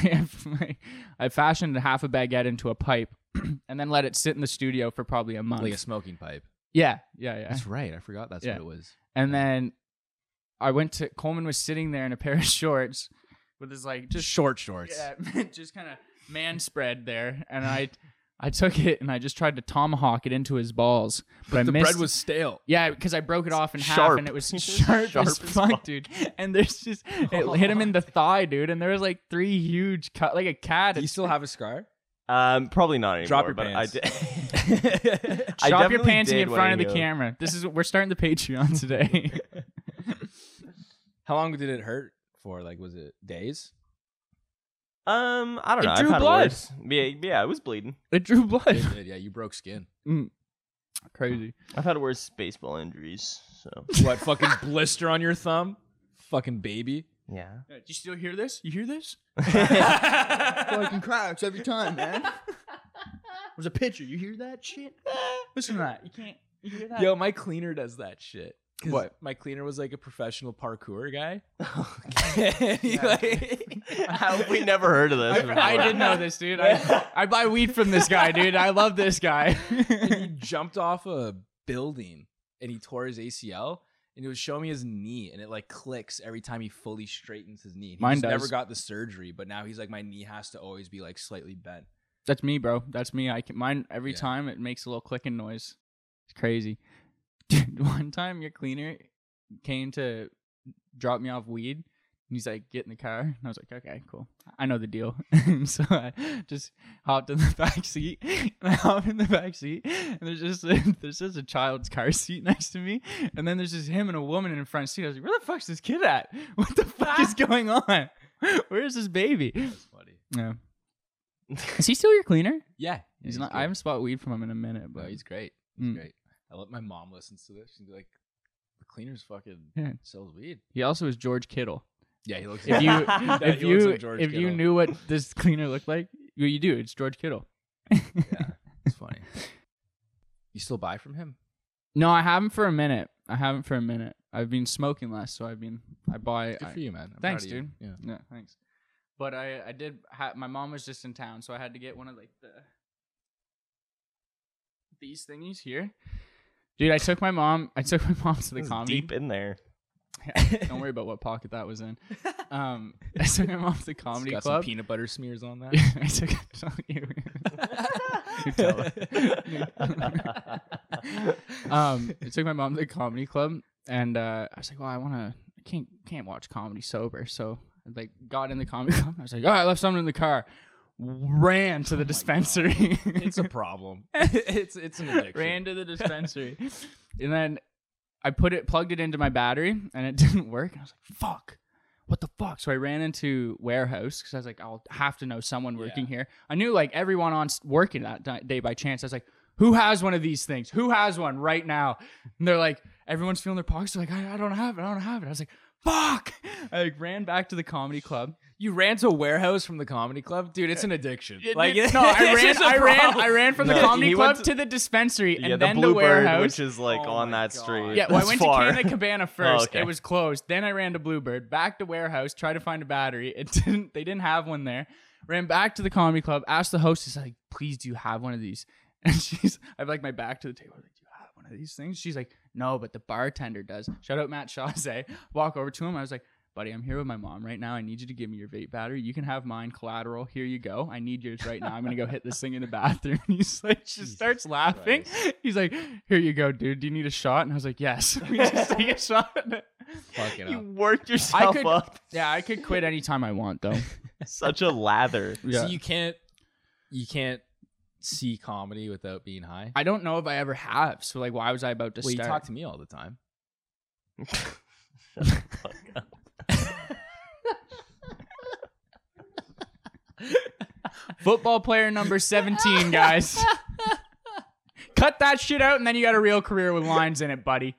[SPEAKER 2] (laughs) I fashioned a half a baguette into a pipe (clears throat) and then let it sit in the studio for probably a month.
[SPEAKER 1] Like a smoking pipe.
[SPEAKER 2] yeah, yeah, yeah.
[SPEAKER 1] That's right. I forgot that's
[SPEAKER 2] Yeah.
[SPEAKER 1] what it was.
[SPEAKER 2] And then I went to Coleman was sitting there in a (laughs) pair of shorts with his like
[SPEAKER 1] Just
[SPEAKER 2] just
[SPEAKER 1] short shorts.
[SPEAKER 2] yeah, (laughs) just kind of man spread there and I I took it and I just tried to tomahawk it into his balls, but, I
[SPEAKER 1] the
[SPEAKER 2] missed.
[SPEAKER 1] bread was stale.
[SPEAKER 2] Yeah, because I broke it off in half
[SPEAKER 3] Sharp.
[SPEAKER 2] and it
[SPEAKER 3] (laughs)
[SPEAKER 2] was sharp,
[SPEAKER 3] Sharp
[SPEAKER 2] as
[SPEAKER 3] as
[SPEAKER 2] fuck,
[SPEAKER 3] fuck.
[SPEAKER 2] dude. And there's just it hit him in
[SPEAKER 3] (laughs)
[SPEAKER 2] the thigh, dude. And there was like three huge cut, like a cat.
[SPEAKER 1] Do you still have a scar?
[SPEAKER 3] (laughs) Um, probably not anymore.
[SPEAKER 1] Drop your
[SPEAKER 3] but
[SPEAKER 1] pants.
[SPEAKER 3] I did. (laughs) I
[SPEAKER 2] Drop your
[SPEAKER 3] definitely
[SPEAKER 2] panty
[SPEAKER 3] did
[SPEAKER 2] in
[SPEAKER 3] when uh,
[SPEAKER 2] front
[SPEAKER 3] I
[SPEAKER 2] of the
[SPEAKER 3] knew.
[SPEAKER 2] camera. This is we're starting the
[SPEAKER 3] (laughs)
[SPEAKER 2] Patreon today.
[SPEAKER 1] (laughs)
[SPEAKER 2] (laughs)
[SPEAKER 1] How long did it hurt for? Like, was it
[SPEAKER 2] (laughs)
[SPEAKER 1] days?
[SPEAKER 3] Um, I don't
[SPEAKER 2] It
[SPEAKER 3] know.
[SPEAKER 2] drew
[SPEAKER 3] I've had
[SPEAKER 2] blood.
[SPEAKER 3] worse. Yeah, yeah, it was bleeding.
[SPEAKER 2] it drew blood.
[SPEAKER 1] It did. Yeah, you broke skin.
[SPEAKER 2] (laughs) Crazy.
[SPEAKER 3] I've had worse baseball injuries. So
[SPEAKER 1] What fucking blister on your thumb? Fucking baby.
[SPEAKER 3] yeah.
[SPEAKER 2] Do you still hear this? You hear this?
[SPEAKER 1] Fucking cracks every time, man.
[SPEAKER 2] There's a picture. You hear that shit? (laughs) Listen to that. You can't. You hear that?
[SPEAKER 1] Yo, my cleaner does that shit. 'Cause
[SPEAKER 2] What?
[SPEAKER 1] My cleaner was like a professional parkour
[SPEAKER 2] (laughs)
[SPEAKER 1] guy. (laughs)
[SPEAKER 3] How have (laughs) we never heard of this? Before?
[SPEAKER 2] I did know
[SPEAKER 3] (laughs)
[SPEAKER 2] this, dude. I, I buy weed from this guy, dude. I love this
[SPEAKER 3] (laughs)
[SPEAKER 2] guy.
[SPEAKER 1] and
[SPEAKER 2] (laughs)
[SPEAKER 1] he jumped off a building and he tore his ACL. And it was showing me his knee, and it like clicks every time he fully straightens his knee. He
[SPEAKER 2] Mine
[SPEAKER 1] just
[SPEAKER 2] does.
[SPEAKER 1] never got the surgery, but now he's like, my knee has to always be like slightly
[SPEAKER 2] (gasps)
[SPEAKER 1] bent.
[SPEAKER 2] That's me, bro. That's me. I can mine every
[SPEAKER 1] Yeah.
[SPEAKER 2] time it makes a little clicking noise. It's crazy. (laughs) Dude, one time your cleaner came to drop me off weed and he's like, get in the car. And I was like, okay, cool. I know the deal. (laughs) And so I just hopped in the (laughs) back seat. And I hop in the back seat. And there's just (laughs) there's just a child's car seat next to me. And then there's just him and a woman in the front seat. I was like, where the fuck's this kid at? (laughs) What the fuck is going on? (laughs) Where is this baby?
[SPEAKER 1] That's funny.
[SPEAKER 2] Yeah. Is he still your cleaner?
[SPEAKER 1] Yeah,
[SPEAKER 2] He's, not. I haven't spought weed from him in a minute, but
[SPEAKER 1] But he's great.
[SPEAKER 2] Mm.
[SPEAKER 1] Great. I let my mom listens to this. She'd be like, "The cleaner's fucking
[SPEAKER 2] Yeah.
[SPEAKER 1] sells weed."
[SPEAKER 2] he also is
[SPEAKER 1] (laughs)
[SPEAKER 2] George Kittle.
[SPEAKER 1] Yeah, he looks. (laughs)
[SPEAKER 2] If you
[SPEAKER 3] Yeah,
[SPEAKER 2] if
[SPEAKER 1] he looks
[SPEAKER 2] you
[SPEAKER 1] like George
[SPEAKER 2] if you
[SPEAKER 1] Kittle.
[SPEAKER 2] knew what this (laughs) cleaner looked like, well, you do. It's George Kittle.
[SPEAKER 1] yeah, it's funny. You still buy from him?
[SPEAKER 2] (laughs) No, I haven't for a minute. I haven't for a minute. I've been smoking less, so I've been. I buy.
[SPEAKER 1] Good
[SPEAKER 2] I-
[SPEAKER 1] for you, man. I'm
[SPEAKER 2] thanks,
[SPEAKER 1] proud of you.
[SPEAKER 2] dude.
[SPEAKER 1] Yeah.
[SPEAKER 2] Yeah, thanks. But I I did. Ha- my mom was just in town, so I had to get one of like the these thingies here. Dude, I took my mom. I took my mom to the
[SPEAKER 3] This is
[SPEAKER 2] comedy.
[SPEAKER 3] deep in there.
[SPEAKER 1] (laughs)
[SPEAKER 2] Don't worry about what pocket that was in. Um, I took my mom to the comedy
[SPEAKER 1] It's got
[SPEAKER 2] club.
[SPEAKER 1] some peanut butter smears on that.
[SPEAKER 2] (laughs) I took it
[SPEAKER 1] (laughs)
[SPEAKER 2] from you.
[SPEAKER 1] (laughs)
[SPEAKER 2] um, I took my mom to the comedy club, and uh, I was like, "Well, I want to. I can't can't watch comedy sober." So I like got in the comedy (laughs) club. And I was like, "Oh, I left something in the car." Ran to the dispensary.
[SPEAKER 1] Oh
[SPEAKER 2] (laughs)
[SPEAKER 1] it's a problem. (laughs) it's it's an addiction.
[SPEAKER 2] ran to
[SPEAKER 1] (laughs)
[SPEAKER 2] the dispensary, and then I put it plugged it into my battery, and it (laughs) didn't work. And I was like, "Fuck." What the fuck? So I ran into warehouse because I was like, I'll have to know someone working here. I knew like everyone on s- working that di- day by chance. I was like, who has one of these things? Who has one right now? And they're like, everyone's feeling their pockets. They're like, I, I don't have it. I don't have it. I was like, fuck. I like ran back to the comedy club. Uh,
[SPEAKER 1] You ran to a warehouse from the comedy club, dude. It's an addiction.
[SPEAKER 2] Like,
[SPEAKER 1] (laughs)
[SPEAKER 2] no,
[SPEAKER 1] this
[SPEAKER 2] I ran,
[SPEAKER 1] is a
[SPEAKER 2] I ran,
[SPEAKER 1] problem.
[SPEAKER 2] I ran from the
[SPEAKER 3] No,
[SPEAKER 2] comedy
[SPEAKER 3] he
[SPEAKER 2] club
[SPEAKER 3] went
[SPEAKER 2] to,
[SPEAKER 3] to-
[SPEAKER 2] the dispensary and
[SPEAKER 3] yeah,
[SPEAKER 2] then
[SPEAKER 3] the
[SPEAKER 2] the
[SPEAKER 3] Bluebird,
[SPEAKER 2] warehouse.
[SPEAKER 3] which is like
[SPEAKER 1] Oh
[SPEAKER 3] on
[SPEAKER 1] my
[SPEAKER 3] that street.
[SPEAKER 1] God.
[SPEAKER 2] Yeah, well, I
[SPEAKER 3] That's
[SPEAKER 2] went
[SPEAKER 3] far. Oh,
[SPEAKER 2] to
[SPEAKER 3] (laughs)
[SPEAKER 2] Canna Cabana first.
[SPEAKER 3] okay.
[SPEAKER 2] It was closed. Then I ran to Bluebird, back to warehouse, tried to find a battery. (laughs) It didn't. They didn't have one there. Ran back to the comedy club, asked the hostess, like, "Please, do you have one of these?" (laughs) And she's, I have like my back to the table, like, "Do you have one of these things?" She's like, "No, but the bartender does." Shout out Matt Shawze. (laughs) Walk over to him. I was like. Buddy, I'm here with my mom right now. I need you to give me your vape battery. You can have mine collateral. Here you go. I need yours right now. I'm gonna go hit this thing in the bathroom. (laughs) He's like, she
[SPEAKER 1] Jesus
[SPEAKER 2] starts laughing. He's like, "Here you go, dude. Do you need a shot?" And I was like, "Yes." (laughs) We just take a shot.
[SPEAKER 1] Fucking
[SPEAKER 3] You
[SPEAKER 1] up.
[SPEAKER 3] worked yourself
[SPEAKER 2] could-
[SPEAKER 3] up.
[SPEAKER 2] Yeah, I could quit anytime I want, though.
[SPEAKER 3] Such a
[SPEAKER 2] (laughs)
[SPEAKER 3] lather.
[SPEAKER 2] Yeah.
[SPEAKER 1] So you can't you can't see comedy without being high.
[SPEAKER 2] I don't know if I ever have. So, like, why was I about to
[SPEAKER 1] Well, you
[SPEAKER 2] start?
[SPEAKER 1] talk to me all the time.
[SPEAKER 2] Football player number (laughs) seventeen, guys. Cut that shit out, and then you got a real career with lines in it, buddy.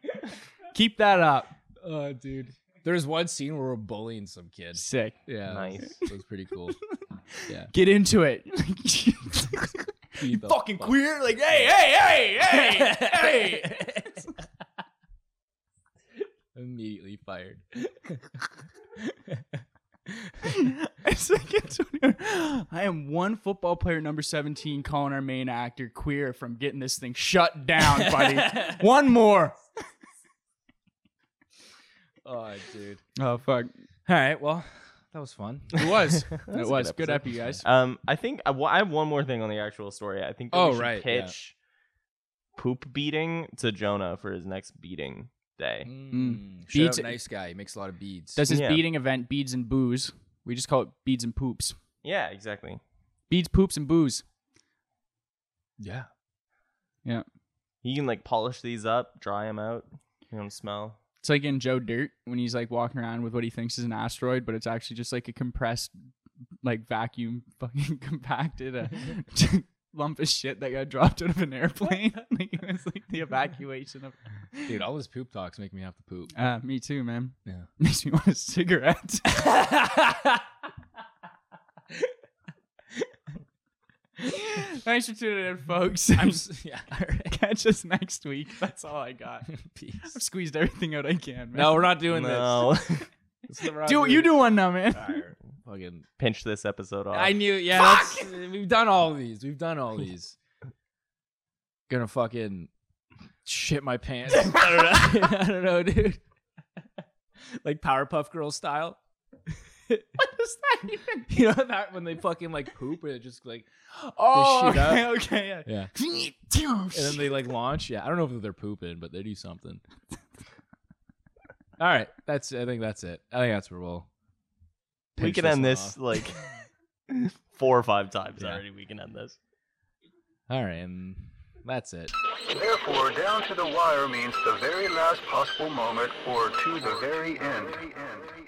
[SPEAKER 2] Keep that up.
[SPEAKER 1] Oh, dude. There's one scene where we're bullying some (laughs) kids.
[SPEAKER 2] Sick.
[SPEAKER 1] Yeah, that was-
[SPEAKER 3] Nice.
[SPEAKER 1] That was pretty (laughs) cool. Yeah.
[SPEAKER 2] Get into it. (laughs)
[SPEAKER 1] You
[SPEAKER 2] Fucking queer. Like, hey, (laughs) hey, hey, hey, hey.
[SPEAKER 1] And immediately fired.
[SPEAKER 2] (laughs) it's like Antonio. I am one football player, number 17, calling our main actor queer from getting this thing shut down, buddy. One more.
[SPEAKER 1] oh, dude.
[SPEAKER 2] Oh, fuck.
[SPEAKER 1] All right. Well, that was fun.
[SPEAKER 2] It (laughs) was.
[SPEAKER 3] (laughs) was
[SPEAKER 2] it
[SPEAKER 3] a
[SPEAKER 2] was.
[SPEAKER 3] good
[SPEAKER 2] Good,
[SPEAKER 3] episode.
[SPEAKER 2] up, you guys.
[SPEAKER 3] Um, I think I, wa- I have one more thing on the actual story. I think that
[SPEAKER 1] Oh,
[SPEAKER 3] we should
[SPEAKER 1] right, yeah.
[SPEAKER 3] pitch poop beating to Jonah for his next beating
[SPEAKER 2] Mm-hmm.
[SPEAKER 3] day.
[SPEAKER 1] (laughs) Mm. Shout
[SPEAKER 2] Beads-
[SPEAKER 1] out nice guy. He makes a lot of beads.
[SPEAKER 2] Does his
[SPEAKER 3] Yeah.
[SPEAKER 2] beating event, Beads and Booze. We just call it Beads and Poops.
[SPEAKER 3] Yeah, exactly.
[SPEAKER 2] Beads, Poops, and Booze.
[SPEAKER 1] yeah.
[SPEAKER 3] You can like polish these up, dry them out. You don't smell.
[SPEAKER 2] It's like in Joe Dirt when he's like walking around with what he thinks is an asteroid, but it's actually just like a compressed, like vacuum (laughs) fucking compacted
[SPEAKER 1] (laughs)
[SPEAKER 2] uh (laughs) lump of shit that got dropped out of an
[SPEAKER 1] (laughs)
[SPEAKER 2] airplane. like it was like the evacuation of.
[SPEAKER 1] Dude, all his poop talks make me have to poop.
[SPEAKER 2] Uh, me too, man.
[SPEAKER 1] Yeah.
[SPEAKER 2] (laughs) Makes me want a cigarette. Thanks for tuning in,
[SPEAKER 1] (laughs)
[SPEAKER 2] folks.
[SPEAKER 1] I'm (laughs) s- yeah.
[SPEAKER 2] (laughs) Catch us next week. That's all I got.
[SPEAKER 1] Peace.
[SPEAKER 2] I've squeezed everything out I can,
[SPEAKER 1] (laughs)
[SPEAKER 2] man.
[SPEAKER 1] No, we're not doing (laughs)
[SPEAKER 3] no.
[SPEAKER 1] this. We're not
[SPEAKER 2] do
[SPEAKER 1] doing
[SPEAKER 2] you do one now, man.
[SPEAKER 1] this. All right, Fucking.
[SPEAKER 3] Pinch this episode off.
[SPEAKER 1] I knew. Yeah. That's, we've done all these. We've done (laughs) all these. Gonna fucking shit my (laughs) pants. I don't know. (laughs) I don't know, dude. like Powerpuff Girl style. (laughs)
[SPEAKER 2] What does that even?
[SPEAKER 1] You know that when they fucking like poop or they just like
[SPEAKER 2] Oh,
[SPEAKER 1] shit
[SPEAKER 2] okay, (laughs) okay, yeah.
[SPEAKER 1] yeah,
[SPEAKER 2] and
[SPEAKER 1] and then they like launch. Yeah, I don't know if they're pooping, but they do something. All right, that's. I think that's it. I think that's where we'll.
[SPEAKER 3] we
[SPEAKER 1] pinch
[SPEAKER 3] can end
[SPEAKER 1] one off.
[SPEAKER 3] this like
[SPEAKER 1] (laughs)
[SPEAKER 3] four or five times
[SPEAKER 1] Yeah.
[SPEAKER 3] already. We can end this.
[SPEAKER 1] All right, and that's it.
[SPEAKER 4] Therefore, down to the wire means the very last possible moment or to the very end.